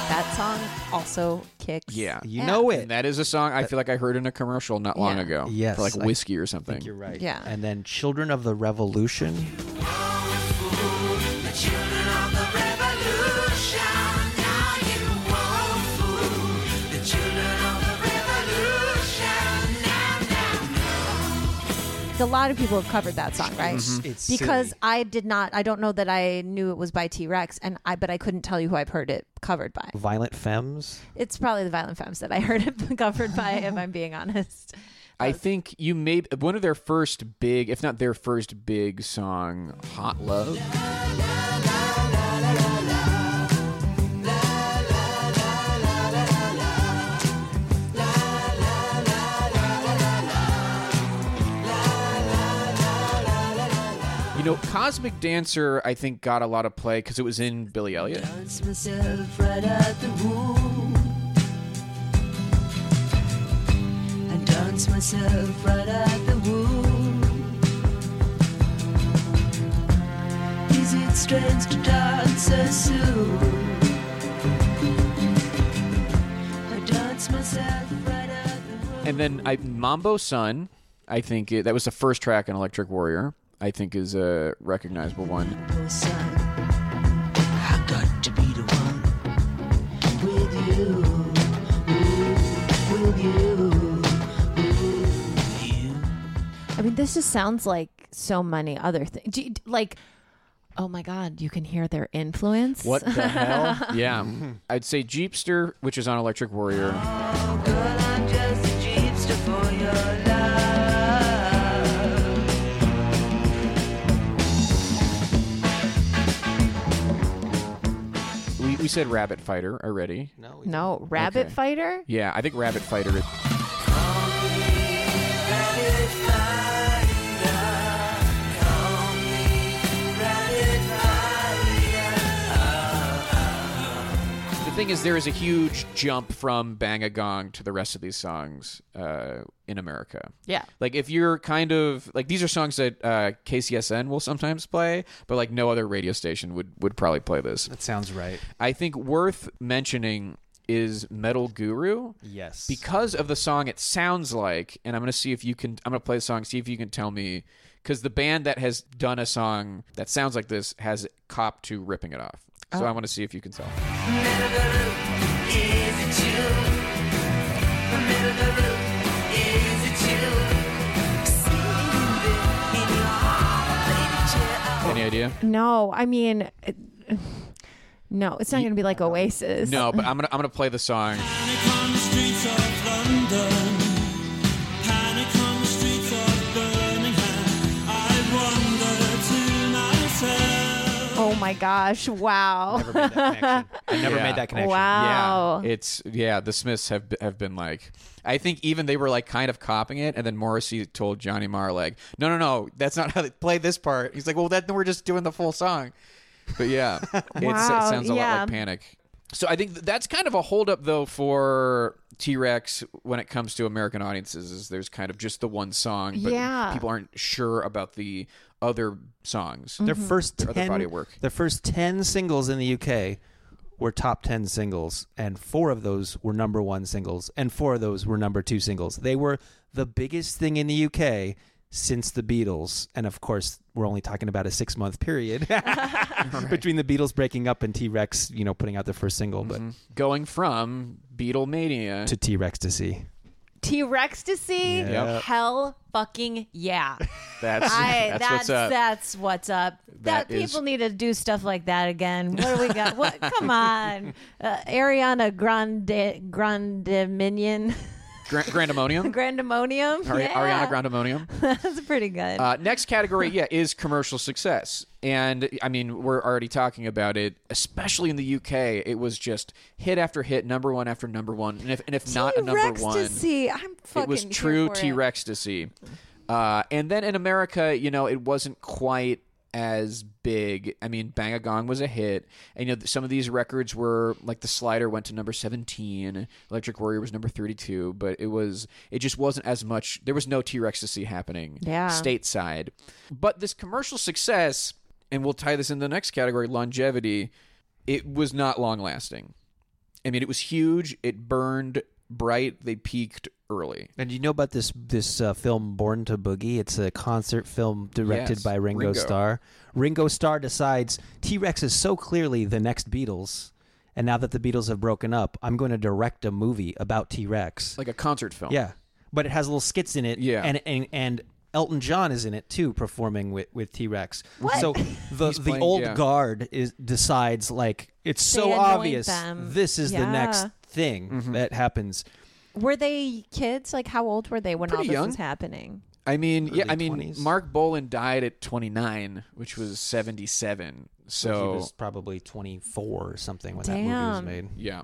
Speaker 2: that song also kicks.
Speaker 1: yeah.
Speaker 3: You know it.
Speaker 1: And that is a song I feel like I heard in a commercial not long
Speaker 2: Yeah.
Speaker 1: ago.
Speaker 3: Yes,
Speaker 1: For like
Speaker 3: I
Speaker 1: whiskey or something.
Speaker 3: You're right.
Speaker 2: Yeah.
Speaker 3: And then Children of the Revolution.
Speaker 2: A lot of people have covered that song, right?
Speaker 3: It's
Speaker 2: because
Speaker 3: silly.
Speaker 2: I did not. I don't know that I knew it was by T Rex, and I but I couldn't tell you who I've heard it covered by.
Speaker 3: Violent Femmes.
Speaker 2: It's probably the Violent Femmes that I heard it [LAUGHS] covered by. if I'm being honest.
Speaker 1: I think you made one of their first big, if not their first big song, Hot Love. You know, Cosmic Dancer, I think, got a lot of play because it was in Billy Elliot. And then I, Mambo Sun, I think it, that was the first track on Electric Warrior. I think is a recognizable one.
Speaker 2: I mean, this just sounds like so many other things. Do you, like, oh my God, you can hear their influence.
Speaker 1: What the hell? [LAUGHS] Yeah. I'd say Jeepster, which is on Electric Warrior. We, we said Rabbit Fighter already.
Speaker 2: No, Rabbit
Speaker 1: Okay.
Speaker 2: Fighter.
Speaker 1: Yeah, I think Rabbit Fighter is. The thing is, there is a huge jump from Bang a Gong to the rest of these songs uh, in America.
Speaker 2: Yeah.
Speaker 1: Like, if you're kind of like, these are songs that uh, KCSN will sometimes play, but like no other radio station would, would probably play this.
Speaker 3: That sounds right.
Speaker 1: I think worth mentioning is Metal Guru
Speaker 3: Yes.
Speaker 1: because of the song it sounds like and i'm gonna see if you can i'm gonna play the song see if you can tell me because the band that has done a song that sounds like this has copped to ripping it off so i want to see if you can tell any idea
Speaker 2: No, I mean, it- no, it's not going to be like Oasis.
Speaker 1: no but i'm gonna i'm gonna play the song
Speaker 2: Oh my gosh! Wow.
Speaker 3: never made that connection. I never
Speaker 1: Yeah.
Speaker 3: made that connection.
Speaker 2: Wow.
Speaker 1: Yeah, it's yeah. The Smiths have have been like, I think even they were like kind of copying it, and then Morrissey told Johnny Marr like, no, no, no, that's not how they play this part. He's like, well, then we're just doing the full song. But
Speaker 2: [LAUGHS]
Speaker 1: yeah, it's, it
Speaker 2: Wow,
Speaker 1: sounds a lot
Speaker 2: yeah.
Speaker 1: like Panic. So I think th- that's kind of a holdup though for T Rex when it comes to American audiences. Is there's kind of just the one song, but
Speaker 2: Yeah.
Speaker 1: people aren't sure about the other songs.
Speaker 2: Mm.
Speaker 3: Their first
Speaker 1: Their other
Speaker 3: 10
Speaker 1: body of work.
Speaker 3: Their first 10 singles in the UK were top 10 singles and 4 of those were number 1 singles and 4 of those were number 2 singles. They were the biggest thing in the UK since the Beatles. And of course, we're only talking about a six month period [LAUGHS] between the Beatles breaking up and T Rex, you know, putting out their first single, but
Speaker 1: Going from Beatlemania
Speaker 3: to T Rex to see.
Speaker 7: T Rex to see?
Speaker 1: Yeah.
Speaker 7: Hell fucking
Speaker 1: [LAUGHS]
Speaker 7: yeah.
Speaker 1: that's,
Speaker 7: I,
Speaker 1: that's,
Speaker 7: that's,
Speaker 1: what's up.
Speaker 7: that's what's up.
Speaker 1: That
Speaker 2: that
Speaker 1: is-
Speaker 2: people need to do stuff like that again. What do we
Speaker 1: [LAUGHS]
Speaker 2: got? What? Come on, uh, Ariana Grande, Grande Minion, [LAUGHS]
Speaker 1: Gra- Grandemonium.
Speaker 2: Grandemonium.
Speaker 1: Ari-
Speaker 2: yeah.
Speaker 1: Ariana Grandemonium.
Speaker 2: That's pretty good.
Speaker 1: Uh, next
Speaker 2: [LAUGHS]
Speaker 1: category, yeah, is commercial success. And I mean, we're already talking about it, especially in the UK. It was just hit after hit, number one after number one. And if, and if not a number
Speaker 2: T-Rex
Speaker 1: one,
Speaker 2: to see. I'm fucking.
Speaker 1: it was
Speaker 2: here
Speaker 1: true
Speaker 2: for it.
Speaker 1: T Rex to see. Uh, and then in America, you know, it wasn't quite as big. I mean, Bang a Gong was a hit, and you know, some of these records were like the Slider went to number seventeen, Electric Warrior was number thirty-two, but it was it just wasn't as much. There was no T Rex to see happening,
Speaker 2: Yeah.
Speaker 1: stateside. But this commercial success, and we'll tie this into the next category, longevity. It was not long lasting. I mean, it was huge. It burned bright. They peaked early.
Speaker 3: And you know about this this uh, film Born to Boogie? It's a concert film directed
Speaker 1: Yes,
Speaker 3: by Ringo,
Speaker 1: Ringo.
Speaker 3: Starr. Ringo Starr decides T Rex is so clearly the next Beatles, and now that the Beatles have broken up, I'm going to direct a movie about T Rex.
Speaker 1: like a concert film.
Speaker 3: yeah, but it has little skits in it.
Speaker 1: Yeah.
Speaker 3: and and and Elton John is in it too, performing with with T Rex.
Speaker 1: [LAUGHS]
Speaker 3: So the the
Speaker 1: playing-
Speaker 3: old
Speaker 1: yeah.
Speaker 3: guard is decides like it's so
Speaker 2: anoint
Speaker 3: obvious
Speaker 2: them.
Speaker 3: this is the next
Speaker 2: Yeah.
Speaker 3: thing
Speaker 1: Mm-hmm.
Speaker 3: that happens.
Speaker 2: Were they kids? Like, how old were they when all
Speaker 1: Pretty
Speaker 2: this
Speaker 1: young.
Speaker 2: was happening?
Speaker 1: I mean, yeah, I
Speaker 3: Early
Speaker 1: mean,
Speaker 3: 20s.
Speaker 1: Mark Bolan died at 29, which was 77.
Speaker 3: he
Speaker 1: So
Speaker 3: was probably 24 or something when that
Speaker 2: Damn.
Speaker 3: movie was
Speaker 1: yeah,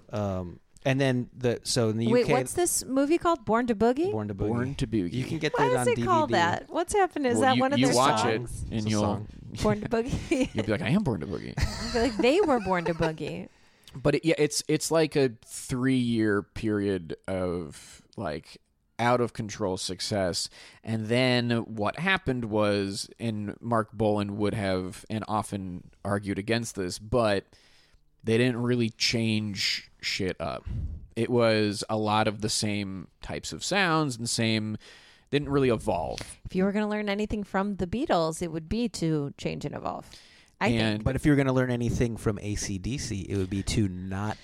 Speaker 3: made. Um, and then the so in the
Speaker 2: Wait,
Speaker 3: UK,
Speaker 2: what's this movie called? Born to Boogie.
Speaker 3: Born to Boogie.
Speaker 1: Born to Boogie.
Speaker 3: You can get
Speaker 2: Why
Speaker 3: that
Speaker 2: does
Speaker 3: on
Speaker 2: it
Speaker 3: DVD.
Speaker 2: call that? What's happening? Is
Speaker 1: Well,
Speaker 2: that
Speaker 1: you,
Speaker 2: one of
Speaker 1: you
Speaker 2: their
Speaker 1: watch
Speaker 2: songs?
Speaker 1: it
Speaker 3: It's
Speaker 1: and [LAUGHS]
Speaker 3: a
Speaker 1: you'll
Speaker 3: song.
Speaker 2: Born to
Speaker 1: [LAUGHS]
Speaker 2: Boogie.
Speaker 1: you'll be like, I am born to boogie.
Speaker 2: I feel like they were born to boogie.
Speaker 1: but it, yeah, it's it's like a three year period of like out of control success, and then what happened was, and Mark Bolan would have and often argued against this, but they didn't really change shit up. It was a lot of the same types of sounds and same. They didn't really evolve.
Speaker 2: If you were going to learn anything from the Beatles, it would be to change and evolve. I think
Speaker 1: and
Speaker 3: But if you were going to learn anything from ACDC, it would be to not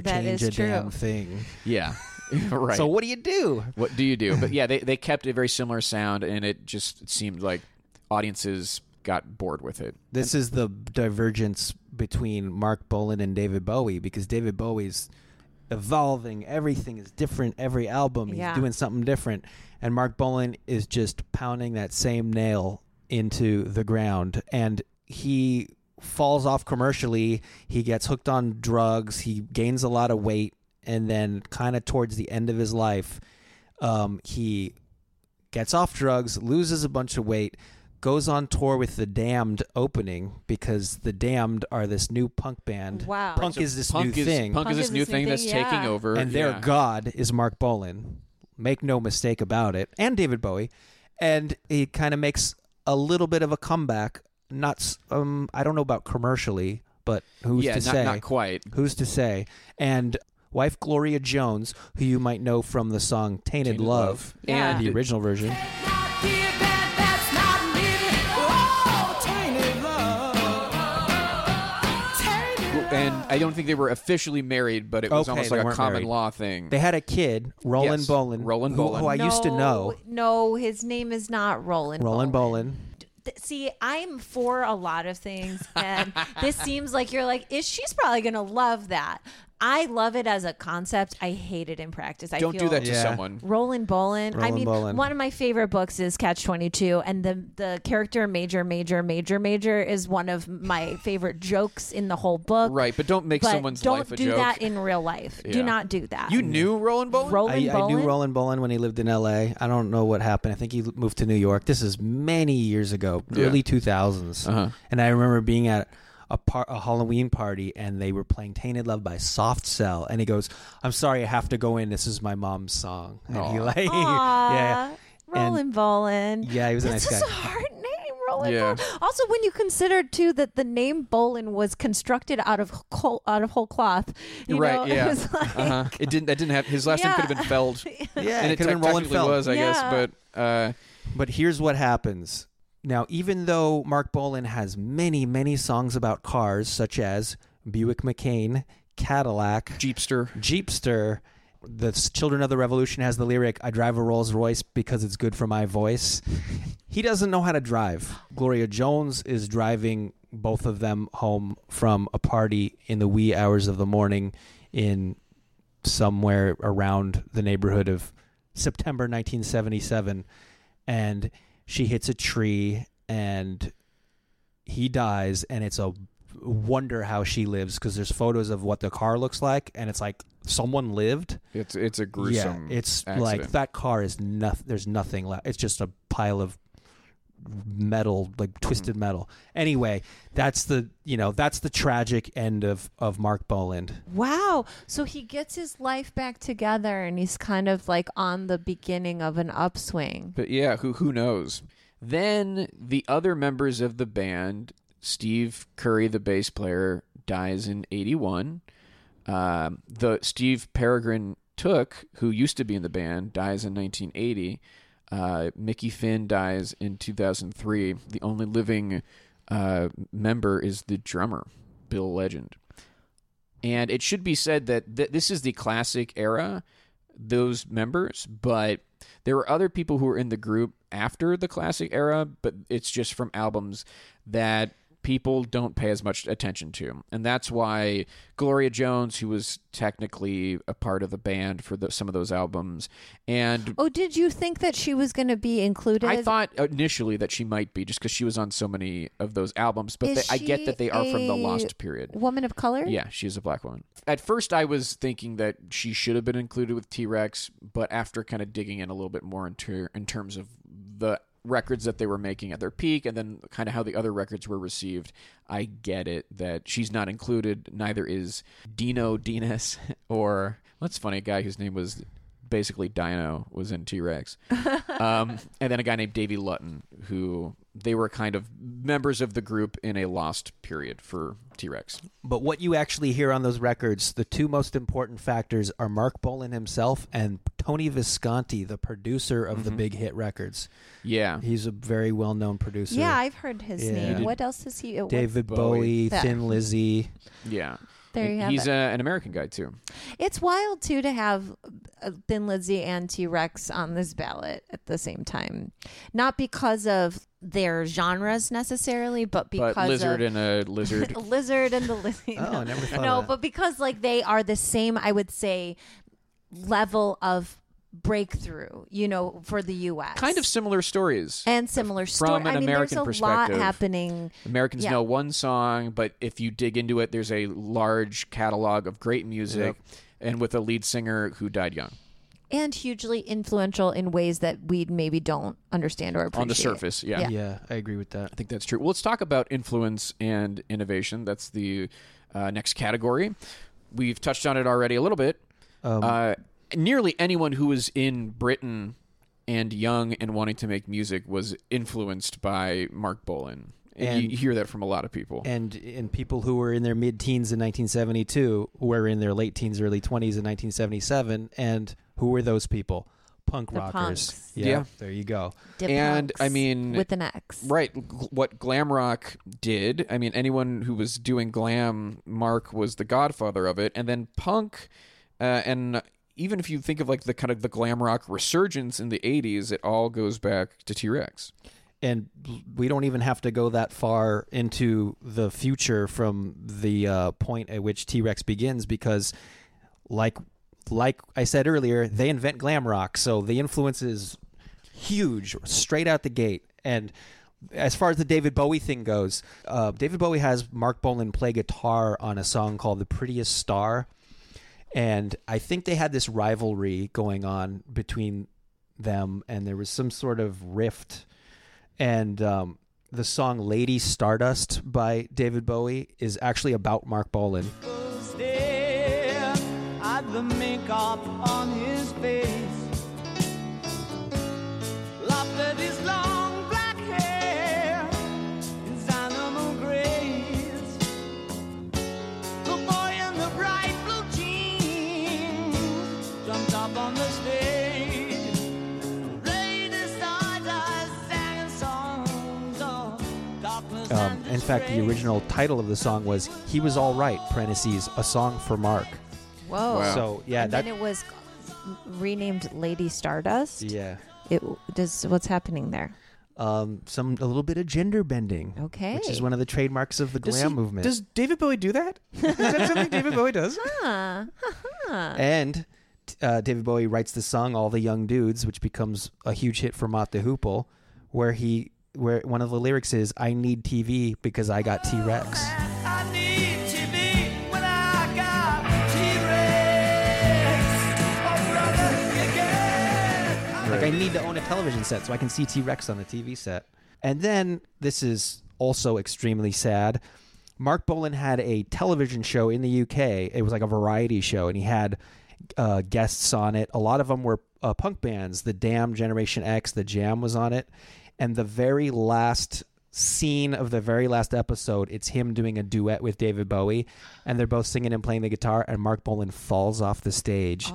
Speaker 2: [LAUGHS] That
Speaker 3: change
Speaker 2: is
Speaker 3: a damn
Speaker 2: true.
Speaker 3: thing.
Speaker 1: yeah, [LAUGHS] right.
Speaker 3: So what do you do?
Speaker 1: What do you do? But yeah, they, they kept a very similar sound, and it just seemed like audiences got bored with it.
Speaker 3: This is the divergence between Mark Bolan and David Bowie because David Bowie's evolving. Everything is different. Every album, he's
Speaker 2: Yeah.
Speaker 3: doing something different. And Mark Bolan is just pounding that same nail into the ground. And he falls off commercially. He gets hooked on drugs. He gains a lot of weight. And then, kind of towards the end of his life, um, he gets off drugs, loses a bunch of weight, goes on tour with the Damned opening because the Damned are this new punk band.
Speaker 2: Wow.
Speaker 3: punk is this
Speaker 1: punk
Speaker 3: new
Speaker 1: is,
Speaker 3: thing,
Speaker 1: Punk, is this new thing, that's
Speaker 2: yeah.
Speaker 1: taking over,
Speaker 3: and their
Speaker 1: yeah.
Speaker 3: god is Mark Bolan. Make no mistake about it, and David Bowie, and he kind of makes a little bit of a comeback. Not, s- um, I don't know about commercially, but who's
Speaker 1: yeah,
Speaker 3: to
Speaker 1: not,
Speaker 3: say?
Speaker 1: not quite.
Speaker 3: Who's to say? And wife Gloria Jones, who you might know from the song "Tainted,
Speaker 1: Tainted
Speaker 3: Love,"
Speaker 1: Love. Yeah.
Speaker 3: and the original version.
Speaker 6: Oh,
Speaker 1: And I don't think they were officially married, but it was
Speaker 3: Okay,
Speaker 1: almost
Speaker 3: they
Speaker 1: like a
Speaker 3: weren't
Speaker 1: common
Speaker 3: married.
Speaker 1: law thing.
Speaker 3: They had a kid, Roland
Speaker 1: Yes,
Speaker 3: Bolin.
Speaker 1: Roland
Speaker 3: who-
Speaker 1: Bolin.
Speaker 3: Who I used to
Speaker 2: No,
Speaker 3: know.
Speaker 2: No, his name is not Roland.
Speaker 3: Roland Bolin.
Speaker 7: Th- See, I'm for a lot of things, and this seems like you're like, is she's probably gonna love that? I love it as a concept. I hate it in practice. I
Speaker 1: don't do
Speaker 7: feel-
Speaker 1: that to
Speaker 3: Yeah.
Speaker 1: someone.
Speaker 2: Roland Bolin. I
Speaker 3: Roland
Speaker 2: mean,
Speaker 3: Bolin.
Speaker 2: one of my favorite books is Catch Twenty Two, and the the character Major Major Major Major is one of my favorite jokes in the whole book.
Speaker 1: Right, but don't make
Speaker 2: But
Speaker 1: someone's
Speaker 2: don't
Speaker 1: life a
Speaker 2: do
Speaker 1: joke.
Speaker 2: that in real life.
Speaker 1: Yeah.
Speaker 2: Do not do that.
Speaker 1: you knew Roland Bolan?
Speaker 2: Mm. Roland
Speaker 3: I, I knew
Speaker 2: Bolin?
Speaker 3: Roland Bolin when he lived in L.A. I don't know what happened. I think he moved to New York. This is many years ago,
Speaker 1: Yeah. Uh-huh.
Speaker 3: early 2000s. And I remember being at a, par- a Halloween party and they were playing Tainted Love by Soft Cell. And he goes, I'm sorry, I have to go in. This is my mom's song. And he like, [LAUGHS] yeah. yeah. And-
Speaker 2: Roland Bolin.
Speaker 3: yeah, he was a
Speaker 2: That's
Speaker 3: nice
Speaker 2: just
Speaker 3: guy.
Speaker 2: a hard name, Roland.
Speaker 1: Yeah.
Speaker 2: Bolin. Also, when you consider too that the name Bolin was constructed out of whole, out of whole cloth, you
Speaker 1: right,
Speaker 2: know,
Speaker 1: yeah.
Speaker 2: It was [LAUGHS]
Speaker 1: [LAUGHS]
Speaker 2: like,
Speaker 1: uh-huh. It didn't. That didn't have his last name. Could have been Feld.
Speaker 3: yeah,
Speaker 1: and it
Speaker 3: could have been Roland
Speaker 1: technically
Speaker 3: Feld.
Speaker 1: was, I guess.
Speaker 2: Yeah.
Speaker 1: But uh,
Speaker 3: But here's what happens. Now, even though Mark Bolan has many, many songs about cars, such as Buick McCain, Cadillac,
Speaker 1: Jeepster.
Speaker 3: Jeepster, the s- Children of the Revolution has the lyric, I drive a Rolls Royce because it's good for my voice. He doesn't know how to drive. Gloria Jones is driving both of them home from a party in the wee hours of the morning in somewhere around the neighborhood of September 1977 and she hits a tree and he dies and it's a wonder how she lives because there's photos of what the car looks like and it's like someone lived
Speaker 1: It's it's a gruesome.
Speaker 3: yeah it's like
Speaker 1: accident.
Speaker 3: that car is nothing there's nothing left it's just a pile of metal like twisted metal anyway that's the you know that's the tragic end of of mark boland
Speaker 2: Wow. So he gets his life back together and he's kind of like on the beginning of an upswing.
Speaker 1: But yeah, who who knows? Then the other members of the band, Steve Curry, the bass player, dies in '81. Um, the Steve Peregrine Took, who used to be in the band, dies in 1980. Uh, Mickey Finn dies in 2003. The only living uh, member is the drummer, Bill Legend. And it should be said that th- this is the classic era, those members, but there were other people who were in the group after the classic era, but it's just from albums that people don't pay as much attention to. And that's why Gloria Jones, who was technically a part of the band for the, some of those albums, and
Speaker 2: Oh, did you think that she was going to be included?
Speaker 1: I thought initially that she might be just because she was on so many of those albums, but
Speaker 2: Is
Speaker 1: they- I get
Speaker 2: she
Speaker 1: that they are from the
Speaker 2: a
Speaker 1: Lost period.
Speaker 2: Woman of color?
Speaker 1: Yeah, she's a black woman. At first, I was thinking that she should have been included with T Rex, but after kind of digging in a little bit more into in terms of the records that they were making at their peak and then kind of how the other records were received, I get it that she's not included. Neither is Dino Dinas [LAUGHS] or what's funny, a guy whose name was basically Dino was in T Rex um, and then a guy named Davy Lutton, who they were kind of members of the group in a lost period for T Rex.
Speaker 3: But what you actually hear on those records, the two most important factors are Mark Bolan himself and Tony Visconti, the producer of the big hit records.
Speaker 1: Yeah.
Speaker 3: He's a very well known producer.
Speaker 2: Yeah, I've heard his
Speaker 3: Yeah.
Speaker 2: name.
Speaker 3: Did-
Speaker 2: What else is he? uh, what-
Speaker 3: David
Speaker 1: Bowie.
Speaker 3: Bowie,
Speaker 2: [LAUGHS]
Speaker 3: Thin Lizzy.
Speaker 1: Yeah.
Speaker 2: There
Speaker 1: And
Speaker 2: you have
Speaker 1: he's
Speaker 2: it.
Speaker 1: uh, an American guy too.
Speaker 2: It's wild too to have uh, Thin Lizzy and T Rex on this ballot at the same time, not because of their genres necessarily, but because
Speaker 1: but lizard
Speaker 2: of
Speaker 1: and a
Speaker 2: [LAUGHS]
Speaker 1: lizard.
Speaker 2: lizard and the lizard.
Speaker 3: Oh, I never thought
Speaker 2: no,
Speaker 3: of that.
Speaker 2: but because like they are the same, I would say, level of breakthrough. You know, for the U.S.
Speaker 1: kind of similar stories.
Speaker 2: and similar
Speaker 1: From
Speaker 2: story.
Speaker 1: an
Speaker 2: I mean,
Speaker 1: American
Speaker 2: there's a
Speaker 1: perspective.
Speaker 2: lot happening.
Speaker 1: Americans
Speaker 2: Yeah.
Speaker 1: know one song, but if you dig into it, there's a large catalog of great music, and with a lead singer who died young
Speaker 2: and hugely influential in ways that we maybe don't understand or appreciate.
Speaker 1: on the surface. Yeah.
Speaker 2: Yeah.
Speaker 3: Yeah, I agree with that.
Speaker 1: I think that's true. Well, let's talk about influence and innovation. That's the uh, next category. We've touched on it already a little bit. uh, nearly anyone who was in Britain and young and wanting to make music was influenced by Mark Bolan. And
Speaker 3: And-
Speaker 1: you hear that from a lot of people.
Speaker 3: And and people who were in their mid teens in 1972 were in their late teens, early 20s in 1977. And who were those people? Punk
Speaker 2: The
Speaker 3: rockers.
Speaker 2: punks.
Speaker 3: Yeah,
Speaker 1: Yeah.
Speaker 3: There you go.
Speaker 1: And,
Speaker 2: Dipunks
Speaker 1: I mean-
Speaker 2: with an X.
Speaker 1: Right, gl- what glam rock did. I mean, anyone who was doing glam, Mark was the godfather of it, and then punk, uh, and even if you think of like the kind of the glam rock resurgence in the '80s, it all goes back to T Rex.
Speaker 3: and we don't even have to go that far into the future from the uh, point at which T-Rex begins because like like I said earlier, they invent glam rock, so the influence is huge straight out the gate. And as far as the David Bowie thing goes, uh, David Bowie has Mark Bolan play guitar on a song called "The Prettiest Star," and I think they had this rivalry going on between them, and there was some sort of rift. And um, the song "Lady Stardust" by David Bowie is actually about Mark Bolan. Um,
Speaker 6: stare at the makeup on his face. Laughed at his long black hair, his animal grace. The boy in the bright blue jeans jumped up on the stage. Lady Stardust
Speaker 3: Um, In fact, the original title of the song was "He Was All Right." Parentheses, a song for Mark.
Speaker 2: Whoa.
Speaker 1: Wow.
Speaker 3: So yeah,
Speaker 2: and
Speaker 3: that
Speaker 2: then it was renamed Lady Stardust.
Speaker 3: yeah,
Speaker 2: It does what's happening there.
Speaker 3: um, some a little bit of gender bending.
Speaker 2: Okay.
Speaker 3: which is one of the trademarks of the
Speaker 1: Does
Speaker 3: glam
Speaker 1: he-
Speaker 3: movement.
Speaker 1: Does David Bowie do that? Is that something David Bowie does?
Speaker 2: Huh.
Speaker 3: And t- uh, David Bowie writes the song "All the Young Dudes," which becomes a huge hit for Mott the Hoople, where he where one of the lyrics is "I need TV because I got T Rex."
Speaker 6: I need TV when I got T-Rex. Oh, brother, you get
Speaker 3: Like I need to own a television set so I can see T Rex on the TV set. And then this is also extremely sad. Mark Bolan had a television show in the UK. It was like a variety show, and he had uh, guests on it. A lot of them were uh, punk bands. The Damn, Generation X, The Jam was on it. And the very last scene of the very last episode, it's him doing a duet with David Bowie, and they're both singing and playing the guitar, and Mark Bolan falls off the stage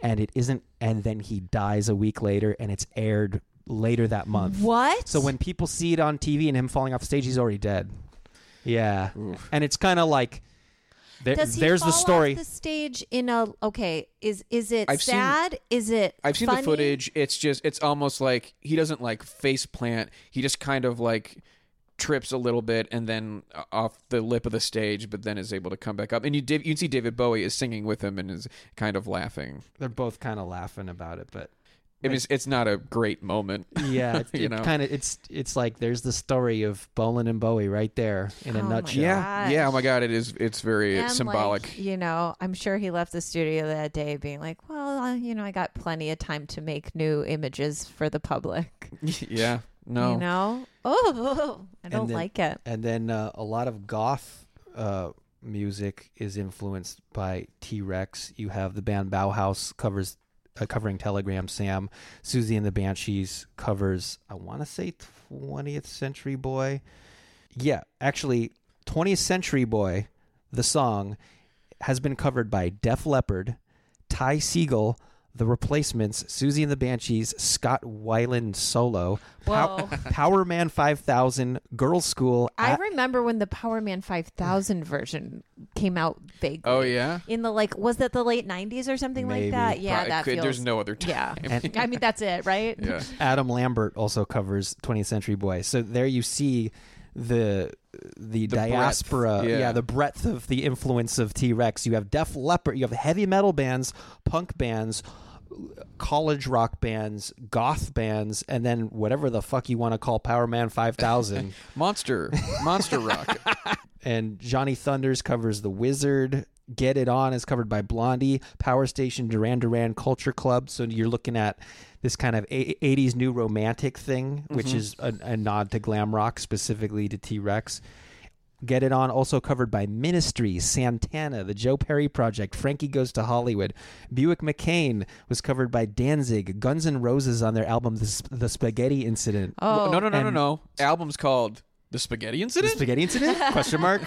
Speaker 3: and it isn't and then he dies a week later and it's aired later that month
Speaker 7: What?
Speaker 3: so when people see it on tv and him falling off the stage he's already dead yeah and it's kind of like there,
Speaker 2: Does he
Speaker 3: there's
Speaker 2: fall
Speaker 3: the story
Speaker 2: Off the stage in a okay. Is is it
Speaker 1: I've seen-
Speaker 2: sad? is it?
Speaker 1: I've seen
Speaker 2: funny?
Speaker 1: the footage. It's just it's almost like he doesn't like face plant. He just kind of like trips a little bit and then uh, off the lip of the stage, but then is able to come back up. And you Dav- you can see David Bowie is singing with him and is kind of laughing.
Speaker 3: they're both kind of laughing about it but
Speaker 1: I mean, it's, it's not a great moment.
Speaker 3: [LAUGHS] yeah [LAUGHS] it,
Speaker 1: You
Speaker 3: it
Speaker 1: know.
Speaker 3: kind of it's it's like there's the story of Bolin and bowie right there in a
Speaker 2: Oh my
Speaker 3: nutshell
Speaker 1: yeah, yeah. Oh my God, it is. It's very
Speaker 2: And, like,
Speaker 1: symbolic. [LAUGHS]
Speaker 2: [LAUGHS] you know, I'm sure he left the studio that day being like, "Well, uh, you know, I got plenty of time to make new images for the public." [LAUGHS]
Speaker 1: yeah. No.
Speaker 2: You know? Oh, [LAUGHS] I don't
Speaker 3: then-
Speaker 2: like it.
Speaker 3: and then uh, a lot of goth uh, music is influenced by T Rex. You have the band Bauhaus covers uh, covering Telegram Sam, Susie and the Banshees covers I want to say 20th Century Boy. Yeah, actually 20th Century Boy, the song has been covered by Def Leppard, Ty Segall, The Replacements, Susie and the Banshees, Scott Weiland solo, Pow- Power Man 5000, Girls School,
Speaker 2: I
Speaker 3: At-
Speaker 2: remember when the Power Man 5000 version came out vaguely.
Speaker 1: Oh yeah.
Speaker 2: In the like, was that the late 90s or something
Speaker 3: Maybe.
Speaker 2: like that? Yeah,
Speaker 1: Probably
Speaker 2: that
Speaker 1: could-
Speaker 2: feels.
Speaker 1: There's no other [LAUGHS] time.
Speaker 2: Yeah.
Speaker 3: And-
Speaker 2: I mean, that's it, right?
Speaker 1: Yeah.
Speaker 3: Adam Lambert also covers 20th Century Boy. So there you see the the, diaspora,
Speaker 1: breadth, yeah.
Speaker 3: yeah. the breadth of the influence of T Rex. You have Def Leppard, you have heavy metal bands, punk bands, college rock bands, goth bands, and then whatever the fuck you want to call Power Man [LAUGHS] 5000.
Speaker 1: Monster.
Speaker 2: [LAUGHS]
Speaker 1: Monster rock.
Speaker 3: and Johnny Thunders covers The Wizard. Get It On is covered by Blondie, Power Station, Duran Duran, Culture Club. So you're looking at this kind of a- 80s new romantic thing, which is a, a nod to glam rock, specifically to T Rex. Get It On also covered by Ministry, Santana, The Joe Perry Project, Frankie Goes to Hollywood. Buick McCain was covered by Danzig, Guns N' Roses on their album The, Sp- the Spaghetti Incident.
Speaker 1: Oh, no, no, no, no,
Speaker 3: and-
Speaker 1: no. Album's called The Spaghetti
Speaker 3: The
Speaker 1: Incident.
Speaker 2: [LAUGHS]
Speaker 3: spaghetti incident? Question mark.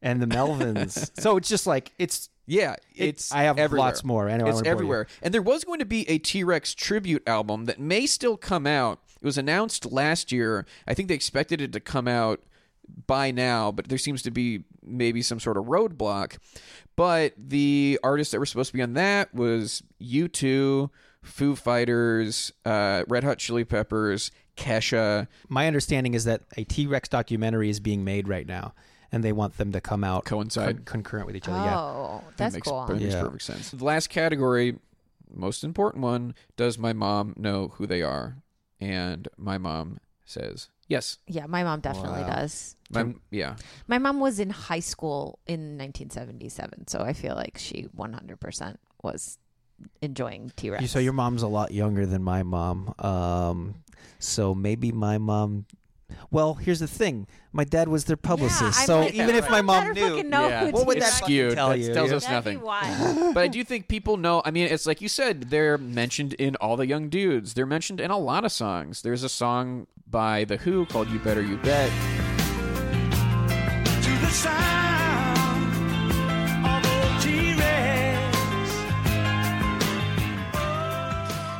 Speaker 3: And the Melvins. So it's just like it's
Speaker 1: Yeah,
Speaker 3: It-
Speaker 1: it's
Speaker 3: I have
Speaker 1: everywhere.
Speaker 3: lots more. Anyway, I
Speaker 1: it's
Speaker 3: won't bore you.
Speaker 1: everywhere. And there was going to be a T Rex tribute album that may still come out. It was announced last year. I think they expected it to come out by now, but there seems to be maybe some sort of roadblock. But the artists that were supposed to be on that was U two, Foo Fighters, uh, Red Hot Chili Peppers, Kesha.
Speaker 3: my understanding is that a T Rex documentary is being made right now, and they want them to come out
Speaker 1: Coincide.
Speaker 3: con- concurrent with each other. Yeah,
Speaker 2: Oh, that's
Speaker 1: makes,
Speaker 2: cool.
Speaker 1: that makes
Speaker 3: Yeah.
Speaker 1: perfect sense. The last category, most important one, does my mom know who they are? And my mom says yes.
Speaker 2: Yeah, my mom definitely
Speaker 3: Wow.
Speaker 2: does.
Speaker 1: My, yeah.
Speaker 2: My mom was in high school in 1977, so I feel like she 100% was enjoying T Rex.
Speaker 3: You, so your mom's a lot younger than my mom. Um, so maybe my mom. Well, here's the thing: my dad was their publicist,
Speaker 2: I'm
Speaker 3: so
Speaker 2: like,
Speaker 3: even if my mom
Speaker 2: better
Speaker 3: knew,
Speaker 2: fucking know
Speaker 1: Yeah.
Speaker 2: who
Speaker 3: what would
Speaker 2: T-Rex
Speaker 3: that
Speaker 1: It's
Speaker 3: fucking
Speaker 1: skewed.
Speaker 3: tell
Speaker 1: That
Speaker 3: you?
Speaker 1: tells
Speaker 3: Yeah.
Speaker 1: us nothing.
Speaker 2: [LAUGHS]
Speaker 1: but I do think people know. I mean, it's like you said, they're mentioned in all the young dudes. They're mentioned in a lot of songs. There's a song by The Who called You Better You Bet.
Speaker 6: to the sound of old T-Rex.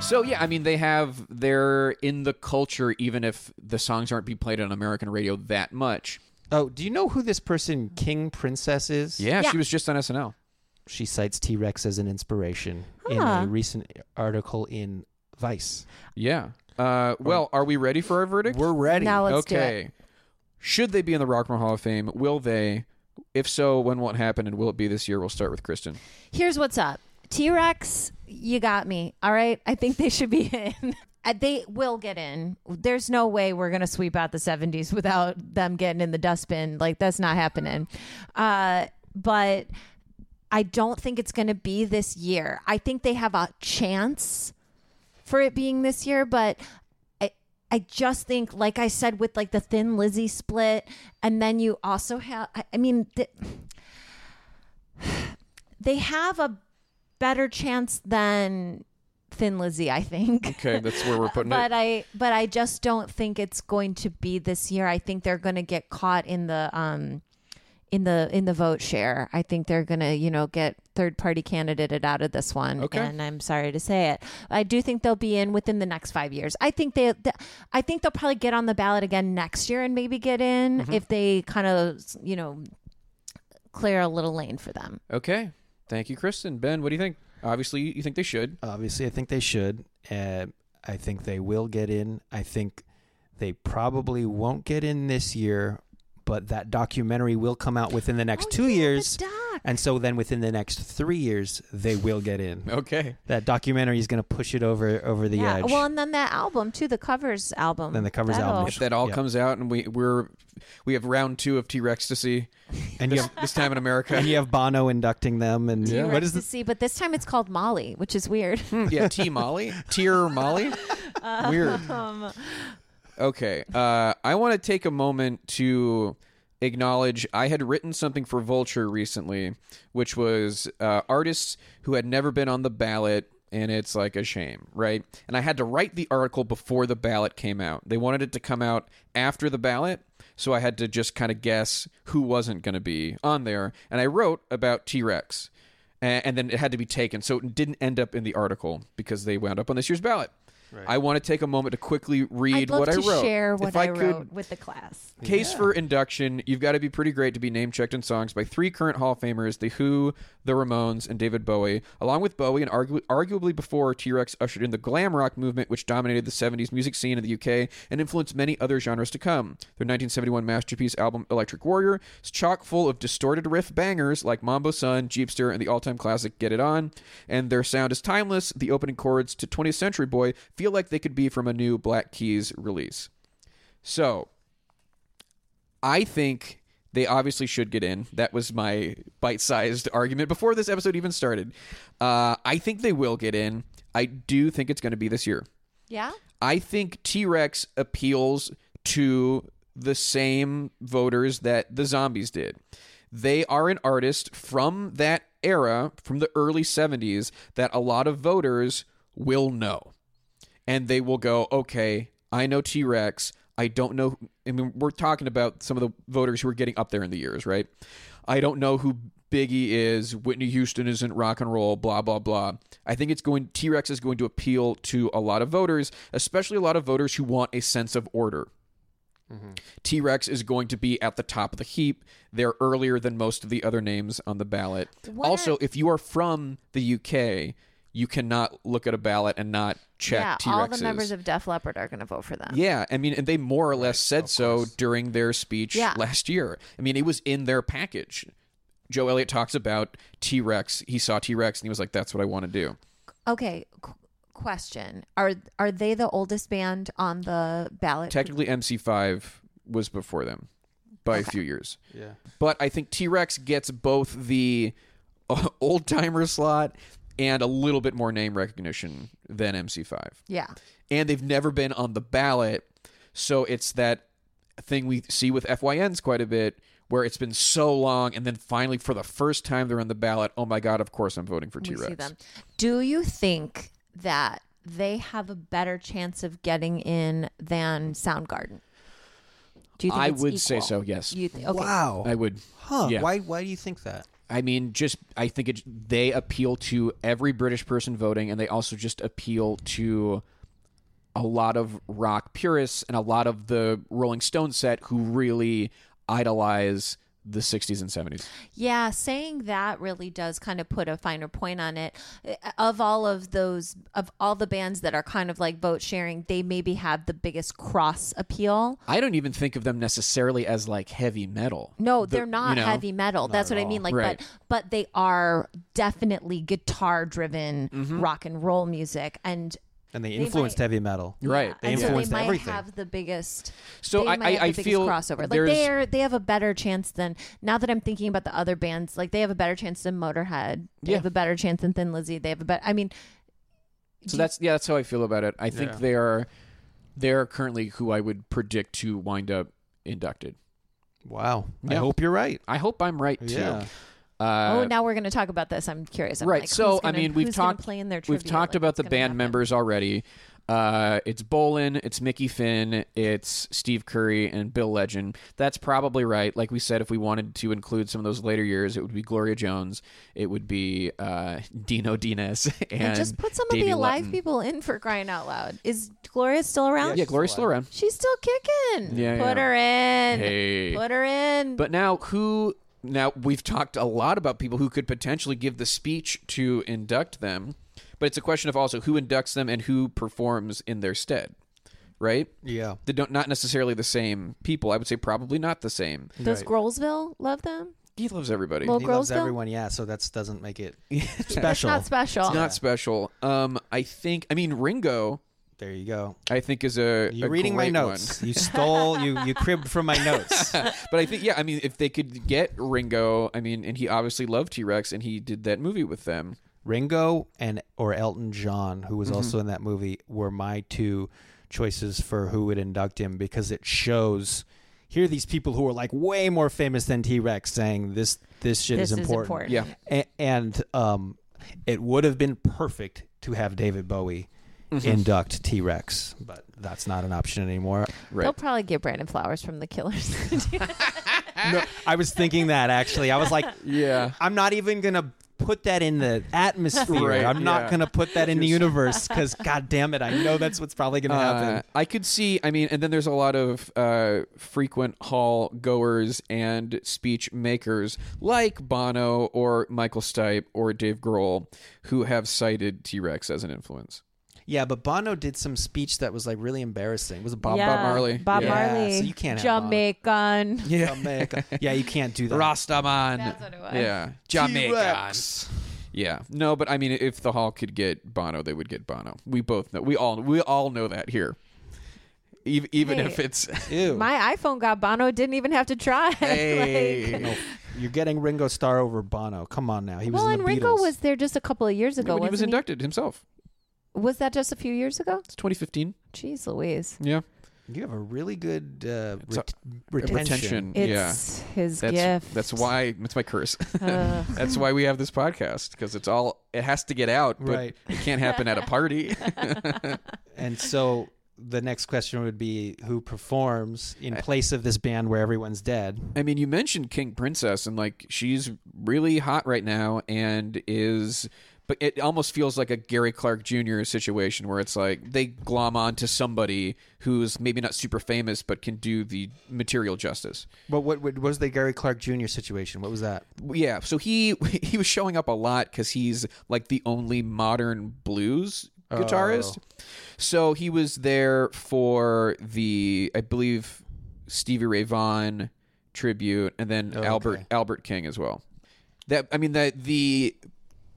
Speaker 1: So yeah, I mean they have they're in the culture even if the songs aren't being played on American radio that much.
Speaker 3: Oh, do you know who this person King Princess is?
Speaker 1: Yeah,
Speaker 7: Yeah.
Speaker 1: she was just on SNL.
Speaker 3: She cites T Rex as an inspiration in
Speaker 7: Huh.
Speaker 3: a recent article in Vice.
Speaker 1: Yeah. Uh, well, are we ready for our verdict?
Speaker 3: We're ready.
Speaker 7: Now let's do it.
Speaker 1: okay. Should they be in the Rock and Roll Hall of Fame? Will they? If so, when won't happen, and will it be this year? We'll start with Kristen.
Speaker 2: Here's what's up. T Rex, you got me. All right. I think they should be [LAUGHS] in. Uh, They will get in. There's no way we're going to sweep out the 70s without them getting in the dustbin. Like, that's not happening. Uh, but I don't think it's going to be this year. I think they have a chance for it being this year, but I I just think, like I said, with like the Thin Lizzy split, and then you also have, I, I mean, th- [SIGHS] they have a better chance than Thin Lizzy, I think.
Speaker 7: [LAUGHS]
Speaker 1: Okay, that's where we're putting
Speaker 2: But
Speaker 7: uh,
Speaker 1: it.
Speaker 2: I but I just don't think it's going to be this year. I think they're going to get caught in the um in the in the vote share. I think they're going to, you know, get third party candidated out of this one
Speaker 1: Okay.
Speaker 2: and I'm sorry to say it. I do think they'll be in within the next 5 years. I think they th- I think they'll probably get on the ballot again next year and maybe get in if they kind of, you know, clear a little lane for them.
Speaker 1: Okay. Thank you, Kristen. Ben, what do you think? Obviously, you think they should.
Speaker 3: Obviously, I think they should. Uh, I think they will get in. I think they probably won't get in this year, but that documentary will come out within the next
Speaker 2: Oh,
Speaker 3: two
Speaker 2: yeah, the
Speaker 3: years.
Speaker 2: doc.
Speaker 3: And so then within the next three years, they will get in.
Speaker 1: Okay.
Speaker 3: That documentary is going to push it over over the edge.
Speaker 2: Well, and then that album too, the covers album.
Speaker 3: Then the covers
Speaker 2: That'll-
Speaker 3: album.
Speaker 1: If that all
Speaker 3: Yeah.
Speaker 1: comes out and we we're we have round two of T Rex to see
Speaker 3: and you have
Speaker 1: this time in America.
Speaker 3: [LAUGHS] and you have Bono inducting them. And
Speaker 1: Yeah.
Speaker 3: what is
Speaker 2: to
Speaker 3: this?
Speaker 2: see, but this time it's called Molly, which is weird.
Speaker 1: yeah, T Molly,
Speaker 7: [LAUGHS]
Speaker 1: Tier Molly.
Speaker 7: Uh,
Speaker 1: Weird.
Speaker 2: Um,
Speaker 1: Okay, uh, I want to take a moment to acknowledge I had written something for Vulture recently, which was uh, artists who had never been on the ballot. And it's like a shame, right? And I had to write the article before the ballot came out. They wanted it to come out after the ballot, so I had to just kind of guess who wasn't going to be on there. And I wrote about T Rex and, and then it had to be taken. So it didn't end up in the article because they wound up on this year's ballot. I want to take a moment to quickly read
Speaker 2: I'd love
Speaker 1: what I
Speaker 2: to
Speaker 1: wrote.
Speaker 2: share what
Speaker 1: if
Speaker 2: I,
Speaker 1: I, could,
Speaker 2: wrote with the class.
Speaker 1: Case for induction, you've got to be pretty great to be name checked in songs by three current Hall of Famers The Who, The Ramones, and David Bowie, along with Bowie, and argu- arguably before T Rex ushered in the glam rock movement, which dominated the 70s music scene in the UK and influenced many other genres to come. Their 1971 masterpiece album, Electric Warrior, is chock full of distorted riff bangers like Mambo Sun, Jeepster, and the all time classic Get It On, and their sound is timeless. The opening chords to 20th Century Boy feel like they could be from a new Black Keys release. So, I think they obviously should get in. That was my bite sized [LAUGHS] argument before this episode even started. Uh, I think they will get in. I do think it's going to be this year.
Speaker 7: Yeah.
Speaker 1: I think T Rex appeals to the same voters that the zombies did. They are an artist from that era, from the early 70s, that a lot of voters will know and they will go, okay, I know T Rex. I don't know. I mean, we're talking about some of the voters who are getting up there in the years, right? I don't know who Biggie is. Whitney Houston isn't rock and roll, blah, blah, blah. I think it's going, T Rex is going to appeal to a lot of voters, especially a lot of voters who want a sense of order. T Rex is going to be at the top of the heap. They're earlier than most of the other names on the ballot. also, if you are from the UK, you cannot look at a ballot and not check
Speaker 2: yeah,
Speaker 1: T Rexes.
Speaker 2: all the members of Def Leppard are going to vote for them.
Speaker 1: Yeah, I mean, and they more or less said so during their speech
Speaker 2: Yeah.
Speaker 1: last year. I mean, it was in their package. Joe Elliott talks about T Rex. He saw T Rex and he was like, "That's what I want to do."
Speaker 2: Okay, qu- question: Are are they the oldest band on the ballot?
Speaker 1: Technically, MC5 was before them by a few years. Yeah, but I think T Rex gets both the [LAUGHS] uh, old timer slot and a little bit more name recognition than MC5.
Speaker 2: yeah,
Speaker 1: and they've never been on the ballot. So it's that thing we see with FYNs quite a bit where it's been so long and then finally for the first time they're on the ballot. Oh my god, of course I'm voting for
Speaker 2: we see
Speaker 1: T-Rex.
Speaker 2: them. Do you think that they have a better chance of getting in than Soundgarden? Do you think
Speaker 1: I
Speaker 2: it's
Speaker 1: would say
Speaker 2: equal?
Speaker 1: so, yes.
Speaker 2: You thi- okay.
Speaker 3: Wow.
Speaker 1: I would.
Speaker 3: huh?
Speaker 1: Yeah.
Speaker 3: Why? Why do you think that?
Speaker 1: I mean, just I think it, they appeal to every British person voting, and they also just appeal to a lot of rock purists and a lot of the Rolling Stone set who really idolize the 60s and 70s.
Speaker 7: Yeah, saying that really does kind of put a finer point on it. Uh, Of all of those, of all the bands that are kind of like vote sharing, they maybe have the biggest cross appeal.
Speaker 1: I don't even think of them necessarily as like heavy metal.
Speaker 7: No,
Speaker 1: The-
Speaker 7: they're not
Speaker 1: you know?
Speaker 7: heavy metal. That's what I mean. Like,
Speaker 1: Right.
Speaker 7: but but they are definitely guitar driven
Speaker 1: Mm-hmm.
Speaker 7: rock and roll music, and
Speaker 3: and they influenced heavy metal.
Speaker 1: Right.
Speaker 3: They
Speaker 7: and so
Speaker 3: influenced
Speaker 7: they might
Speaker 3: everything.
Speaker 7: have the biggest.
Speaker 1: So
Speaker 7: they
Speaker 1: I-
Speaker 7: might
Speaker 1: I-
Speaker 7: have the
Speaker 1: I
Speaker 7: biggest
Speaker 1: feel
Speaker 7: crossover. Like
Speaker 1: there's-
Speaker 7: they're they have a better chance than now that I'm thinking about the other bands. Like they have a better chance than Motorhead. They
Speaker 1: Yeah.
Speaker 7: have a better chance than Thin Lizzy. They have a better. I mean,
Speaker 1: So that's yeah, that's how I feel about it. I think they are they are currently who I would predict to wind up inducted.
Speaker 3: Wow. I
Speaker 1: Yeah.
Speaker 3: hope you're right.
Speaker 1: I hope I'm right too.
Speaker 3: Yeah.
Speaker 1: Uh,
Speaker 7: oh, now we're going to talk about this. I'm curious. I'm
Speaker 1: right.
Speaker 7: like,
Speaker 1: so
Speaker 7: who's gonna-
Speaker 1: I mean, we've
Speaker 7: who's gonna
Speaker 1: talked.
Speaker 7: Play in their
Speaker 1: we've
Speaker 7: trivia?
Speaker 1: talked
Speaker 7: Like,
Speaker 1: about
Speaker 7: what's
Speaker 1: the
Speaker 7: gonna
Speaker 1: band
Speaker 7: happen?
Speaker 1: members already. Uh, it's Bolin, it's Mickey Finn, it's Steve Curry, and Bill Legend. That's probably right. Like we said, if we wanted to include some of those later years, it would be Gloria Jones, it would be uh, [LAUGHS] Dino Dines, and,
Speaker 7: And just put some of
Speaker 1: Davey
Speaker 7: the alive
Speaker 1: Lutton.
Speaker 7: people in for crying out loud. Is Gloria still around?
Speaker 1: Yeah, Gloria's still around.
Speaker 7: She's still kicking.
Speaker 1: Yeah,
Speaker 7: Put
Speaker 1: yeah.
Speaker 7: her in.
Speaker 1: Hey.
Speaker 7: Put her in.
Speaker 1: But now, who? Now we've talked a lot about people who could potentially give the speech to induct them, but it's a question of also who inducts them and who performs in their stead, right?
Speaker 3: Yeah.
Speaker 1: They don't not necessarily the same people. I would say probably not the same.
Speaker 7: Does Grolsville love them?
Speaker 1: He loves everybody.
Speaker 7: Well,
Speaker 3: He loves
Speaker 7: Grosville?
Speaker 3: everyone, yeah, so that doesn't make it [LAUGHS] special.
Speaker 7: Not special.
Speaker 1: it's not special. Um, I think. I mean, Ringo.
Speaker 3: there you go.
Speaker 1: I think is a
Speaker 3: You're
Speaker 1: a
Speaker 3: reading my
Speaker 1: great
Speaker 3: notes. you stole, you
Speaker 7: [LAUGHS]
Speaker 3: you cribbed from my
Speaker 1: [LAUGHS]
Speaker 3: notes.
Speaker 1: one. [LAUGHS] but I think yeah. I mean, if they could get Ringo, I mean, and he obviously loved T Rex, and he did that movie with them.
Speaker 3: Ringo and or Elton John, who
Speaker 1: Mm-hmm.
Speaker 3: was also in that movie, were my two choices for who would induct him because it shows here are these people who are like way more famous than T Rex saying this this shit
Speaker 7: This
Speaker 3: is
Speaker 7: is
Speaker 3: important.
Speaker 7: important.
Speaker 1: Yeah.
Speaker 3: A- and um, it would have been perfect to have David Bowie
Speaker 1: Mm-hmm.
Speaker 3: induct T Rex, but that's not an option anymore.
Speaker 7: They'll
Speaker 1: Right.
Speaker 7: probably get Brandon Flowers from The Killers. [LAUGHS]
Speaker 3: No, I was thinking that actually. I was like,
Speaker 1: Yeah.
Speaker 3: I'm not even gonna put that in the atmosphere.
Speaker 1: Right,
Speaker 3: I'm not
Speaker 1: yeah.
Speaker 3: gonna put that in the universe because, god damn it, I know that's what's probably gonna happen.
Speaker 1: Uh, I could see. I mean, and then there's a lot of uh, frequent hall goers and speech makers like Bono or Michael Stipe or Dave Grohl, who have cited T Rex as an influence.
Speaker 3: yeah, but Bono did some speech that was like really embarrassing. Was it Bob?
Speaker 2: Yeah,
Speaker 1: Bob Marley.
Speaker 2: Bob
Speaker 3: Yeah,
Speaker 2: Marley.
Speaker 3: so you can't have
Speaker 2: Jamaican.
Speaker 3: Yeah, yeah, you can't do that.
Speaker 1: Rastaman.
Speaker 7: That's what it was.
Speaker 1: Yeah, Jamaican. Yeah, no, but I mean, if the hall could get Bono, they would get Bono. We both know. We all we all know that here. Even, even
Speaker 2: Hey.
Speaker 1: if it's
Speaker 3: Ew.
Speaker 2: My iPhone got Bono. Didn't even have to try. [LAUGHS]
Speaker 1: Hey.
Speaker 2: Like-
Speaker 3: No, you're getting Ringo Starr over Bono. Come on now, he was
Speaker 2: well,
Speaker 3: in the
Speaker 2: and Ringo
Speaker 3: Beatles.
Speaker 2: was there just a couple of years ago.
Speaker 1: when he was
Speaker 2: wasn't
Speaker 1: inducted himself.
Speaker 2: Was that just a few years ago?
Speaker 1: It's 2015.
Speaker 2: Jeez Louise.
Speaker 1: Yeah,
Speaker 3: You have a really good uh,
Speaker 1: It's a-
Speaker 3: ret- retention.
Speaker 1: retention.
Speaker 2: It's
Speaker 1: yeah,
Speaker 2: his
Speaker 1: That's
Speaker 2: gift.
Speaker 1: that's why that's my curse.
Speaker 2: [LAUGHS]
Speaker 1: [LAUGHS]
Speaker 3: [LAUGHS]
Speaker 2: Ugh.
Speaker 1: that's why we have this podcast because it's all it has to get out, but
Speaker 3: Right.
Speaker 1: it can't happen at a party.
Speaker 3: And so the next question would be who performs in place of this band where everyone's dead?
Speaker 1: I mean, you mentioned King Princess, and like she's really hot right now, and is, but it almost feels like a Gary Clark Jr. situation where it's like they glom on to somebody who's maybe not super famous but can do the material justice.
Speaker 3: But what, what was the Gary Clark Jr. situation? What was that?
Speaker 1: Yeah, so he [LAUGHS] he was showing up a lot because he's like the only modern blues guitarist. So he was there for the I believe Stevie Ray Vaughan tribute, and then Albert Albert King as well. That I mean that the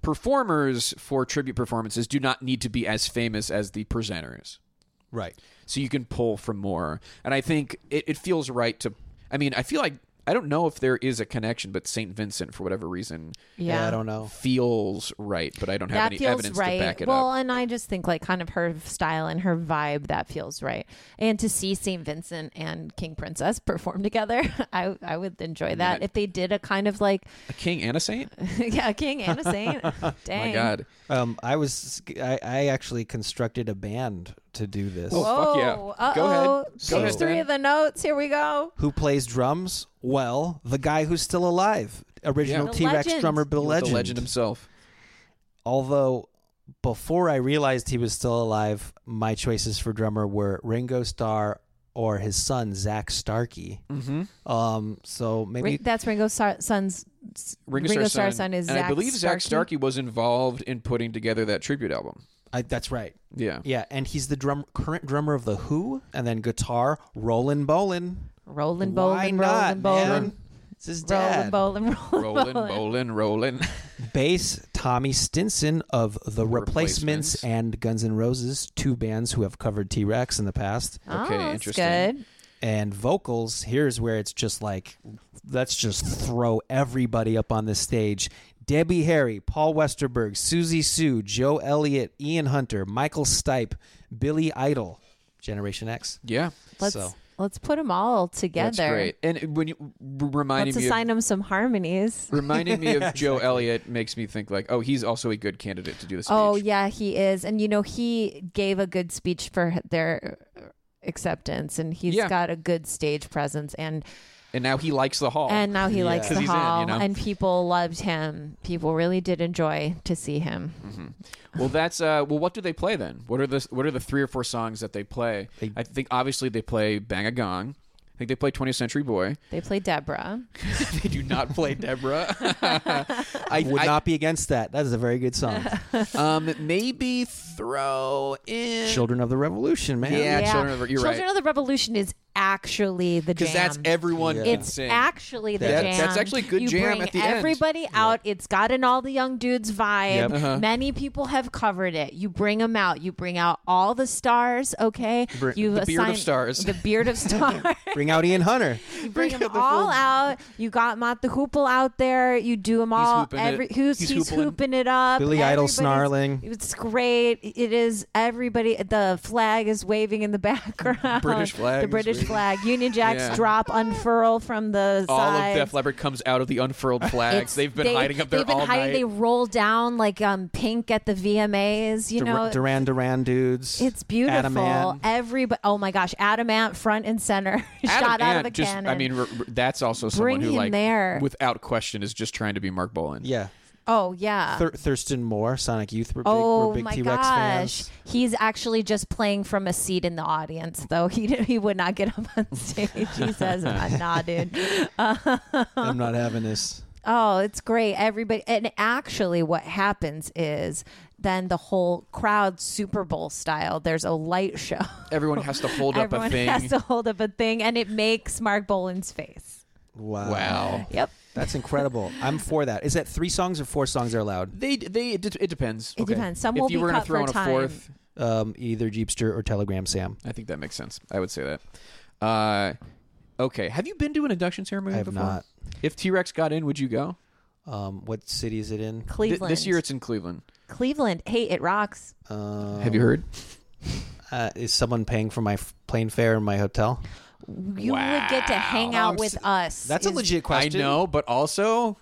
Speaker 1: performers for tribute performances do not need to be as famous as the presenters
Speaker 3: Right.
Speaker 1: so you can pull from more. And I think it, it feels right to. I mean, I feel like I don't know if there is a connection, but Saint Vincent, for whatever reason,
Speaker 3: Yeah,
Speaker 2: yeah.
Speaker 3: I don't know.
Speaker 1: feels right. But I don't have
Speaker 2: that
Speaker 1: any
Speaker 2: feels
Speaker 1: evidence
Speaker 2: right.
Speaker 1: to back it
Speaker 2: well,
Speaker 1: up.
Speaker 2: and I just think like kind of her style and her vibe that feels right. And to see St. Vincent and King Princess perform together, [LAUGHS] I I would enjoy that if they did a kind of like [LAUGHS]
Speaker 1: A king and a saint. Oh
Speaker 2: yeah, a king and a saint. Dang.
Speaker 1: [LAUGHS] my God.
Speaker 3: Um, I was I, I actually constructed a band to do this.
Speaker 1: Fuck yeah.
Speaker 2: Oh,
Speaker 1: Go ahead.
Speaker 2: uh-oh.
Speaker 1: Go
Speaker 2: Page
Speaker 1: ahead,
Speaker 2: three
Speaker 1: Dan.
Speaker 2: of the notes. Here we go.
Speaker 3: Who plays drums? Well, the guy who's still alive, original
Speaker 2: The
Speaker 3: T Rex
Speaker 2: legend.
Speaker 3: drummer Bill Legend.
Speaker 1: The legend himself.
Speaker 3: Although before I realized he was still alive, my choices for drummer were Ringo Starr, or his son Zach Starkey. Mm-hmm. Um, so maybe
Speaker 2: Ri- that's Ringo Star- Son's.
Speaker 1: Ringo,
Speaker 2: Ringo
Speaker 1: Starr's
Speaker 2: Starr's
Speaker 1: son,
Speaker 2: son is
Speaker 1: and I
Speaker 2: Zach
Speaker 1: believe Zach
Speaker 2: Starkey?
Speaker 1: Starkey was involved in putting together that tribute album.
Speaker 3: I, that's right.
Speaker 1: Yeah,
Speaker 2: [LAUGHS]
Speaker 3: Yeah, and he's the drum current drummer of the Who, and then guitar Roland Bolin.
Speaker 2: Rolling,
Speaker 3: Why
Speaker 2: bowling,
Speaker 3: not,
Speaker 2: rolling, bowling,
Speaker 3: man? It's his
Speaker 2: rolling,
Speaker 3: dad.
Speaker 2: bowling, rolling,
Speaker 1: rolling,
Speaker 2: bowling.
Speaker 1: rolling, rolling.
Speaker 3: Bass Tommy Stinson of the Replacements,
Speaker 1: Replacements.
Speaker 3: and Guns N' Roses, two bands who have covered T Rex in the past.
Speaker 1: Okay,
Speaker 2: Oh, that's
Speaker 1: interesting.
Speaker 2: Good.
Speaker 3: and vocals here's where it's just like let's just throw everybody up on the stage debbie harry paul westerberg susie sue joe elliott ian hunter michael stipe billy idol generation x
Speaker 1: Yeah,
Speaker 2: Let's
Speaker 3: So-
Speaker 2: let's put them all together.
Speaker 1: that's great. And when you r- reminding
Speaker 2: Let's
Speaker 1: me,
Speaker 2: assign
Speaker 1: of,
Speaker 2: them some harmonies.
Speaker 1: reminding me
Speaker 2: [LAUGHS]
Speaker 1: of Joe Elliott makes me think like, oh, he's also a good candidate to do this.
Speaker 2: Oh yeah, he is, and you know he gave a good speech for their acceptance, and he's
Speaker 1: Yeah.
Speaker 2: got a good stage presence, and
Speaker 1: and now he likes the hall.
Speaker 2: and now he likes
Speaker 1: 'Cause
Speaker 2: the
Speaker 1: he's in, you
Speaker 2: hall,
Speaker 1: know?
Speaker 2: and people loved him. People really did enjoy to see him.
Speaker 1: Mm-hmm. Well, that's uh, well. What do they play then? What are the what are the three or four songs that they play? I think obviously they play "Bang a Gong." I think they play "20th Century
Speaker 2: [LAUGHS]
Speaker 1: Boy."
Speaker 2: They play Deborah.
Speaker 1: they do not play Deborah. [LAUGHS] I
Speaker 3: would
Speaker 1: I-
Speaker 3: not be against that that is a very
Speaker 1: [LAUGHS]
Speaker 3: good song
Speaker 1: Um, maybe throw in
Speaker 3: children of the revolution man
Speaker 1: Yeah, Children of the- you're
Speaker 2: Children
Speaker 1: right.
Speaker 2: of the Revolution is actually the jam.
Speaker 1: because that's everyone can
Speaker 2: It's
Speaker 1: sing.
Speaker 2: actually the
Speaker 1: That-
Speaker 2: jam.
Speaker 1: that's actually good
Speaker 2: you
Speaker 1: jam
Speaker 2: bring
Speaker 1: at the end.
Speaker 2: everybody out. It's got an all the young dudes vibe.
Speaker 3: Yep.
Speaker 1: Uh-huh.
Speaker 2: Many people have covered it. You bring them out. You bring out all the stars. Okay,
Speaker 3: Br-
Speaker 2: you
Speaker 1: the beard of
Speaker 2: assign-
Speaker 1: stars.
Speaker 2: The
Speaker 1: [LAUGHS]
Speaker 2: beard of stars.
Speaker 3: bring out ian hunter
Speaker 2: you bring them all out. You got Mott the Hoople out there. You do them all.
Speaker 1: hooping it.
Speaker 2: Every who's
Speaker 1: He's
Speaker 2: he's,
Speaker 1: hoopling.
Speaker 2: hooping. it up.
Speaker 3: Billy Idol
Speaker 2: Everybody's-
Speaker 3: snarling.
Speaker 2: It's great. It is everybody. The flag is waving in the [LAUGHS] background.
Speaker 1: British flag
Speaker 2: The
Speaker 1: is
Speaker 2: British
Speaker 1: waving.
Speaker 2: flag. Union Jacks
Speaker 1: Yeah.
Speaker 2: drop, unfurl from the
Speaker 1: all
Speaker 2: sides.
Speaker 1: of Def Leppard comes out of the unfurled flags.
Speaker 2: It's-
Speaker 1: they've been
Speaker 2: they-
Speaker 1: hiding up there
Speaker 2: They've been
Speaker 1: all
Speaker 2: hiding.
Speaker 1: night.
Speaker 2: They roll down like um, pink at the VMAs. You know,
Speaker 3: Dur- duran duran dudes
Speaker 2: it's beautiful.
Speaker 3: Adamant.
Speaker 2: Everybody. Oh my gosh, Adamant front and center, [LAUGHS]
Speaker 1: Adam
Speaker 2: shot out of
Speaker 1: Ant
Speaker 2: a
Speaker 1: just,
Speaker 2: cannon.
Speaker 1: I mean, r- r- that's also someone
Speaker 2: Bring
Speaker 1: who,
Speaker 2: him
Speaker 1: like,
Speaker 2: there.
Speaker 1: without question, is just trying to be Mark Bolan.
Speaker 3: yeah
Speaker 2: oh
Speaker 1: Uh,
Speaker 2: yeah.
Speaker 3: Thur- thurston moore sonic youth were big,
Speaker 2: Oh
Speaker 3: were big
Speaker 2: my
Speaker 3: t-rex
Speaker 2: gosh,
Speaker 3: fans
Speaker 2: he's actually just playing from a seat in the audience, though [LAUGHS] he did, he would not get up on [LAUGHS] stage. He says,
Speaker 3: [LAUGHS]
Speaker 2: "Nah, "Nah, dude."
Speaker 1: [LAUGHS]
Speaker 3: i'm not having this
Speaker 2: Oh, it's great. Everybody, and actually, what happens is then the whole crowd, Super Bowl style. There's a light show.
Speaker 1: Everyone has to hold up
Speaker 2: Everyone
Speaker 1: a thing.
Speaker 3: [LAUGHS]
Speaker 2: has to hold up a thing, and it makes Mark Bolan's face.
Speaker 3: wow
Speaker 1: wow.
Speaker 2: Yep.
Speaker 3: That's incredible. I'm for that. Is that three songs or four songs are allowed?
Speaker 1: They they it, it depends.
Speaker 2: It depends. Some
Speaker 1: if
Speaker 2: will
Speaker 1: you
Speaker 2: be
Speaker 1: were
Speaker 2: cut
Speaker 1: to throw
Speaker 2: for
Speaker 1: in a
Speaker 2: time.
Speaker 1: fourth,
Speaker 3: Um, either Jeepster or Telegram Sam.
Speaker 1: I think that makes sense. I would say that. Uh, okay. Have you been to an induction ceremony
Speaker 3: I have
Speaker 1: before?
Speaker 3: not.
Speaker 1: If T Rex got in, would you go?
Speaker 3: Um, what city is it in?
Speaker 1: Th-
Speaker 2: Cleveland.
Speaker 1: this year it's in Cleveland.
Speaker 2: Cleveland. Hey, it rocks.
Speaker 3: Um,
Speaker 1: Have you heard?
Speaker 3: Uh, is someone paying for my f- plane fare and my hotel?
Speaker 2: You would get to hang out with us.
Speaker 3: That's a
Speaker 2: Is-
Speaker 3: legit question.
Speaker 1: I know, but also,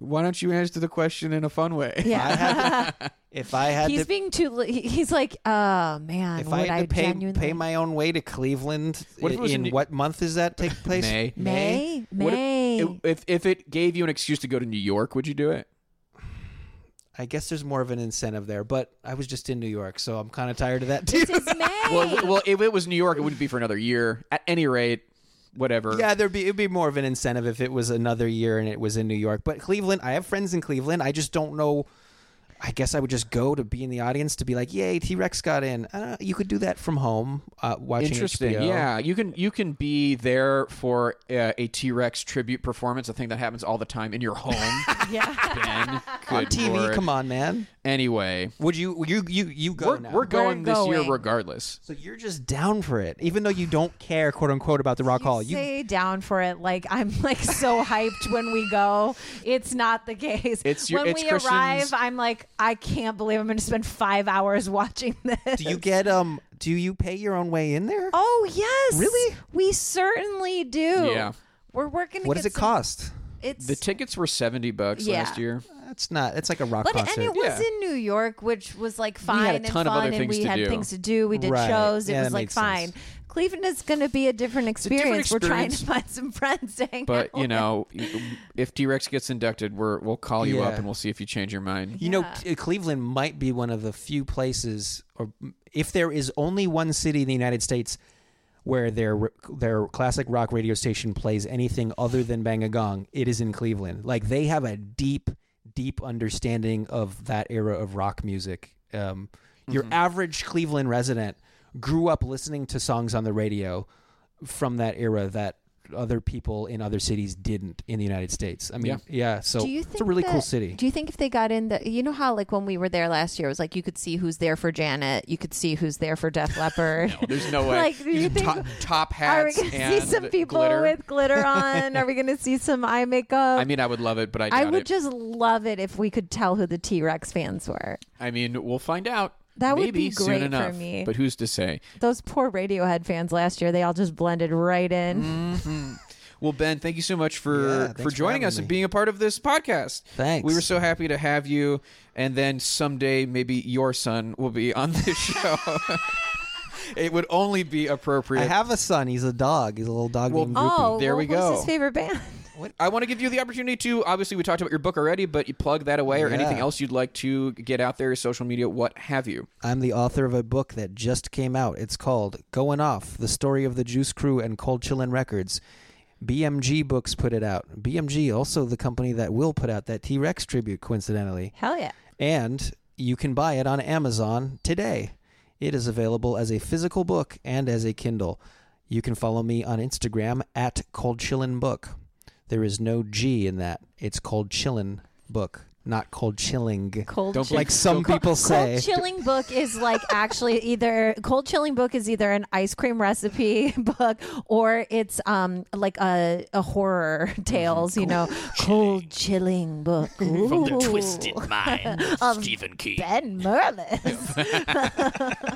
Speaker 1: why don't you answer the question in a fun way?
Speaker 3: If [LAUGHS] I had to, if I had
Speaker 2: He's
Speaker 3: to,
Speaker 2: being too. li- he- He's like, oh man,
Speaker 3: if
Speaker 2: would
Speaker 3: I had to pay
Speaker 2: genuinely
Speaker 3: pay my own way to Cleveland,
Speaker 1: What if it was in
Speaker 3: in
Speaker 1: New-
Speaker 3: what month does that take
Speaker 1: [LAUGHS]
Speaker 3: place?
Speaker 1: May.
Speaker 2: May
Speaker 1: What
Speaker 2: May?
Speaker 1: If, if if it gave you an excuse to go to New York, would you do it?
Speaker 3: I guess there's more of an incentive there, but I was just in New York, so I'm kind of tired of that too.
Speaker 2: [LAUGHS] This
Speaker 3: [LAUGHS]
Speaker 2: is May.
Speaker 1: Well, w- well, if it was New York, it wouldn't be for another year. At any rate, whatever.
Speaker 3: Yeah, there'd be it'd be more of an incentive if it was another year and it was in New York. But Cleveland, I have friends in Cleveland. I just don't know. I guess I would just go to be in the audience to be like, "Yay, T Rex got in!" I don't know, you could do that from home, uh, watching.
Speaker 1: Interesting.
Speaker 3: HBO.
Speaker 1: Yeah, you can you can be there for uh, a T Rex tribute performance, a thing that happens all the time in your
Speaker 2: [LAUGHS]
Speaker 1: home.
Speaker 3: [LAUGHS]
Speaker 1: yeah,
Speaker 3: on TV. Come on, man.
Speaker 1: Anyway,
Speaker 3: Would you? You you you go
Speaker 1: we're,
Speaker 3: now?
Speaker 1: we're going this year
Speaker 2: going.
Speaker 1: regardless.
Speaker 3: so you're just down for it, even though you don't care, quote unquote, about the Rock Hall. You
Speaker 2: Stay down for it. Like I'm like so hyped when we go. It's not the
Speaker 3: [LAUGHS]
Speaker 2: case.
Speaker 1: It's your-
Speaker 2: when
Speaker 1: it's
Speaker 2: we arrive,
Speaker 1: Christian's-
Speaker 2: I'm like, I can't believe I'm going to spend five hours watching [LAUGHS] this.
Speaker 3: do you get um? Do you pay your own way in there?
Speaker 2: Oh yes,
Speaker 3: Really?
Speaker 2: We certainly do.
Speaker 1: Yeah.
Speaker 2: we're working. To
Speaker 3: what
Speaker 2: get
Speaker 3: does it
Speaker 2: some-
Speaker 3: cost?
Speaker 2: It's
Speaker 1: The tickets were seventy bucks
Speaker 2: [LAUGHS] Yeah.
Speaker 1: last year.
Speaker 3: That's not. It's like a rock
Speaker 2: But
Speaker 3: concert.
Speaker 2: and it was
Speaker 1: Yeah.
Speaker 2: in New York, which was like fine
Speaker 1: had a
Speaker 2: and
Speaker 1: ton
Speaker 2: fun,
Speaker 1: of other
Speaker 2: and
Speaker 1: things
Speaker 2: we
Speaker 1: to
Speaker 2: had
Speaker 1: do.
Speaker 2: things to do. We did
Speaker 3: Right.
Speaker 2: shows. It
Speaker 3: Yeah,
Speaker 2: was
Speaker 3: that
Speaker 2: like
Speaker 3: makes sense.
Speaker 2: fine. Cleveland is going to be a different experience.
Speaker 1: different
Speaker 2: We're trying to
Speaker 1: experience.
Speaker 2: find some friends to hang
Speaker 1: But
Speaker 2: out
Speaker 1: you
Speaker 2: with. [LAUGHS]
Speaker 1: know, if T Rex gets inducted, we're, we'll call you up
Speaker 3: Yeah.
Speaker 1: and we'll see if you change your mind.
Speaker 3: You know, T- Cleveland might be one of the few places, or m- if there is only one city in the United States where their their classic rock radio station plays anything other than Bang a Gong, it is in Cleveland. Like they have a deep, deep understanding of that era of rock music. Um, Your
Speaker 7: Mm-hmm.
Speaker 3: average Cleveland resident grew up listening to songs on the radio from that era that other people in other cities didn't in the United States. I mean, yeah,
Speaker 1: Yeah.
Speaker 3: so
Speaker 7: do you think
Speaker 3: it's a really cool
Speaker 7: that-
Speaker 3: city.
Speaker 7: Do you think if they got in the, you know how like when we were there last year, it was like you could see who's there for Janet, you could see who's there for
Speaker 1: [LAUGHS]
Speaker 7: Def Leppard.
Speaker 1: There's no way.
Speaker 7: Like, do you
Speaker 1: These
Speaker 7: think-
Speaker 1: to- top
Speaker 2: [LAUGHS] Are we
Speaker 1: hats
Speaker 2: going to
Speaker 1: and
Speaker 2: see some people
Speaker 1: glitter. [LAUGHS]
Speaker 2: with glitter on? Are we going to see some eye makeup?
Speaker 1: I mean, I would love it, but I doubt
Speaker 2: I would
Speaker 1: it.
Speaker 2: just love it if we could tell who the T Rex fans were.
Speaker 1: I mean, we'll find out.
Speaker 2: That would
Speaker 1: Maybe
Speaker 2: be great
Speaker 1: soon
Speaker 2: for
Speaker 1: enough.
Speaker 2: me.
Speaker 1: But who's to say?
Speaker 2: Those poor Radiohead fans last year, they all just blended right in.
Speaker 1: Well, Ben, thank you so much for
Speaker 3: Yeah, thanks
Speaker 1: for
Speaker 3: for
Speaker 1: joining
Speaker 3: having
Speaker 1: us and
Speaker 3: me.
Speaker 1: being a part of this podcast.
Speaker 3: Thanks.
Speaker 1: We were so happy to have you, and then someday maybe your son will be on this [LAUGHS] show. it would only be appropriate.
Speaker 3: I have a son. He's a dog. He's a little dog
Speaker 1: Well,
Speaker 3: named Droopy.
Speaker 2: Oh,
Speaker 1: There we
Speaker 2: what was
Speaker 1: go.
Speaker 2: his favorite band? [LAUGHS]
Speaker 1: I want to give you the opportunity to obviously we talked about your book already, but you plug that away or
Speaker 3: Yeah.
Speaker 1: anything else you'd like to get out there, social media, what have you.
Speaker 3: I'm the author of a book that just came out. It's called Going Off: The Story of the Juice Crew and Cold Chillin' Records. BMG Books put it out. BMG, also the company that will put out that T Rex tribute, coincidentally.
Speaker 2: Hell yeah.
Speaker 3: And you can buy it on Amazon today. It is available as a physical book and as a Kindle. You can follow me on Instagram at Cold Chillin' Book. There is no G in that. It's Cold Chillin' Book, not Cold Chilling.
Speaker 2: Cold
Speaker 1: Don't
Speaker 3: like some people say.
Speaker 2: Cold chilling book is like actually either cold chilling book is either an ice cream recipe [LAUGHS] book or it's um like a, a horror tales, you know. Cold chilling book. From the twisted mind [LAUGHS] of Stephen King. Ben Merlis.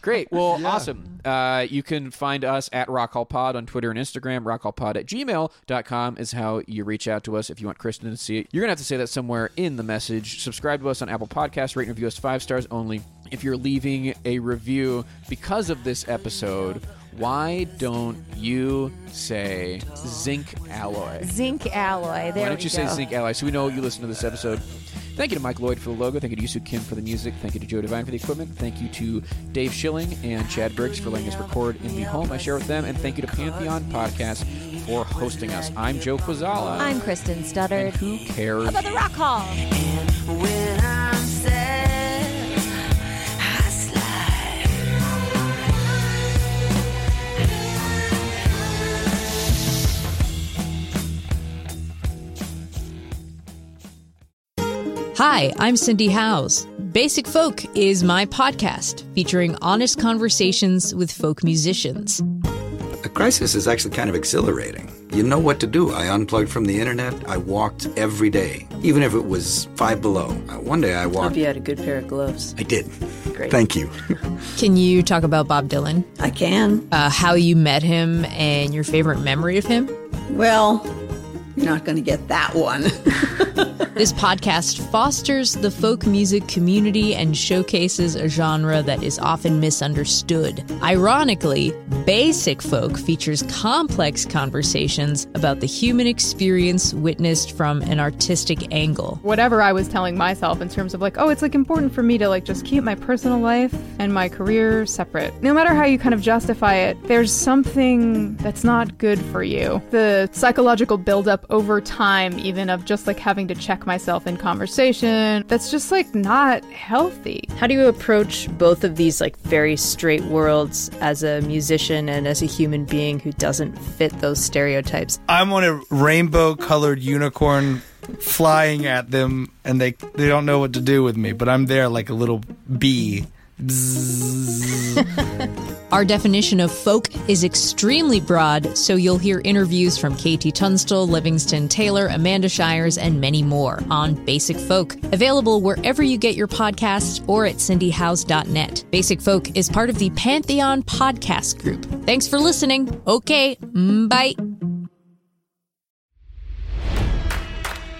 Speaker 1: Great. Well, awesome. Uh, you can find us at Rock Hall Pod on Twitter and Instagram. Rockhallpod at gmail.com is how you reach out to us if you want Kristen to see it. You're going to have to say that somewhere in the message. Subscribe to us on Apple Podcasts. Rate and review us five stars only. If you're leaving a review because of this episode, why don't you say zinc alloy?
Speaker 2: Zinc alloy. There
Speaker 1: Why
Speaker 2: we
Speaker 1: don't you say
Speaker 2: go.
Speaker 1: Zinc Ally so we know you listen to this episode? Thank you to Mike Lloyd for the logo. Thank you to Yusu Kim for the music. Thank you to Joe Devine for the equipment. Thank you to Dave Schilling and Chad Briggs for letting us record in the home I share with them. And thank you to Pantheon Podcast for hosting us. I'm Joe Quazala.
Speaker 2: I'm Kristen Studdard.
Speaker 1: and who cares?
Speaker 2: About the rock hall.
Speaker 6: When I'm sad, I slide.
Speaker 8: Hi, I'm Cindy Howes. Basic Folk is my podcast featuring honest conversations with folk musicians.
Speaker 9: A crisis is actually kind of exhilarating. You know what to do. I unplugged from the internet. I walked every day, even if it was five below. Uh, One day I walked.
Speaker 10: You had a good pair of gloves.
Speaker 9: I did. Thank you.
Speaker 8: Can you talk about Bob Dylan,
Speaker 10: I can.
Speaker 8: uh, how you met him, and your favorite memory of him?
Speaker 10: Well, you're not going to get that one.
Speaker 8: This podcast fosters the folk music community and showcases a genre that is often misunderstood. Ironically, Basic Folk features complex conversations about the human experience witnessed from an artistic angle.
Speaker 10: Whatever I was telling myself in terms of like, oh, it's like important for me to like just keep my personal life and my career separate. No matter how you kind of justify it, there's something that's not good for you. The psychological buildup over time, even of just like having to check myself in conversation, that's just like not healthy.
Speaker 8: How do you approach both of these like very straight worlds as a musician and as a human being who doesn't fit those stereotypes?
Speaker 5: I'm on a rainbow colored unicorn flying at them and they they don't know what to do with me, but I'm there like a little bee.
Speaker 8: Our definition of folk is extremely broad, so you'll hear interviews from Katie Tunstall, Livingston Taylor, Amanda Shires, and many more on Basic Folk. Available wherever you get your podcasts or at cindyhouse.net. Basic Folk is part of the Pantheon Podcast Group. Thanks for listening. Okay, mm, bye.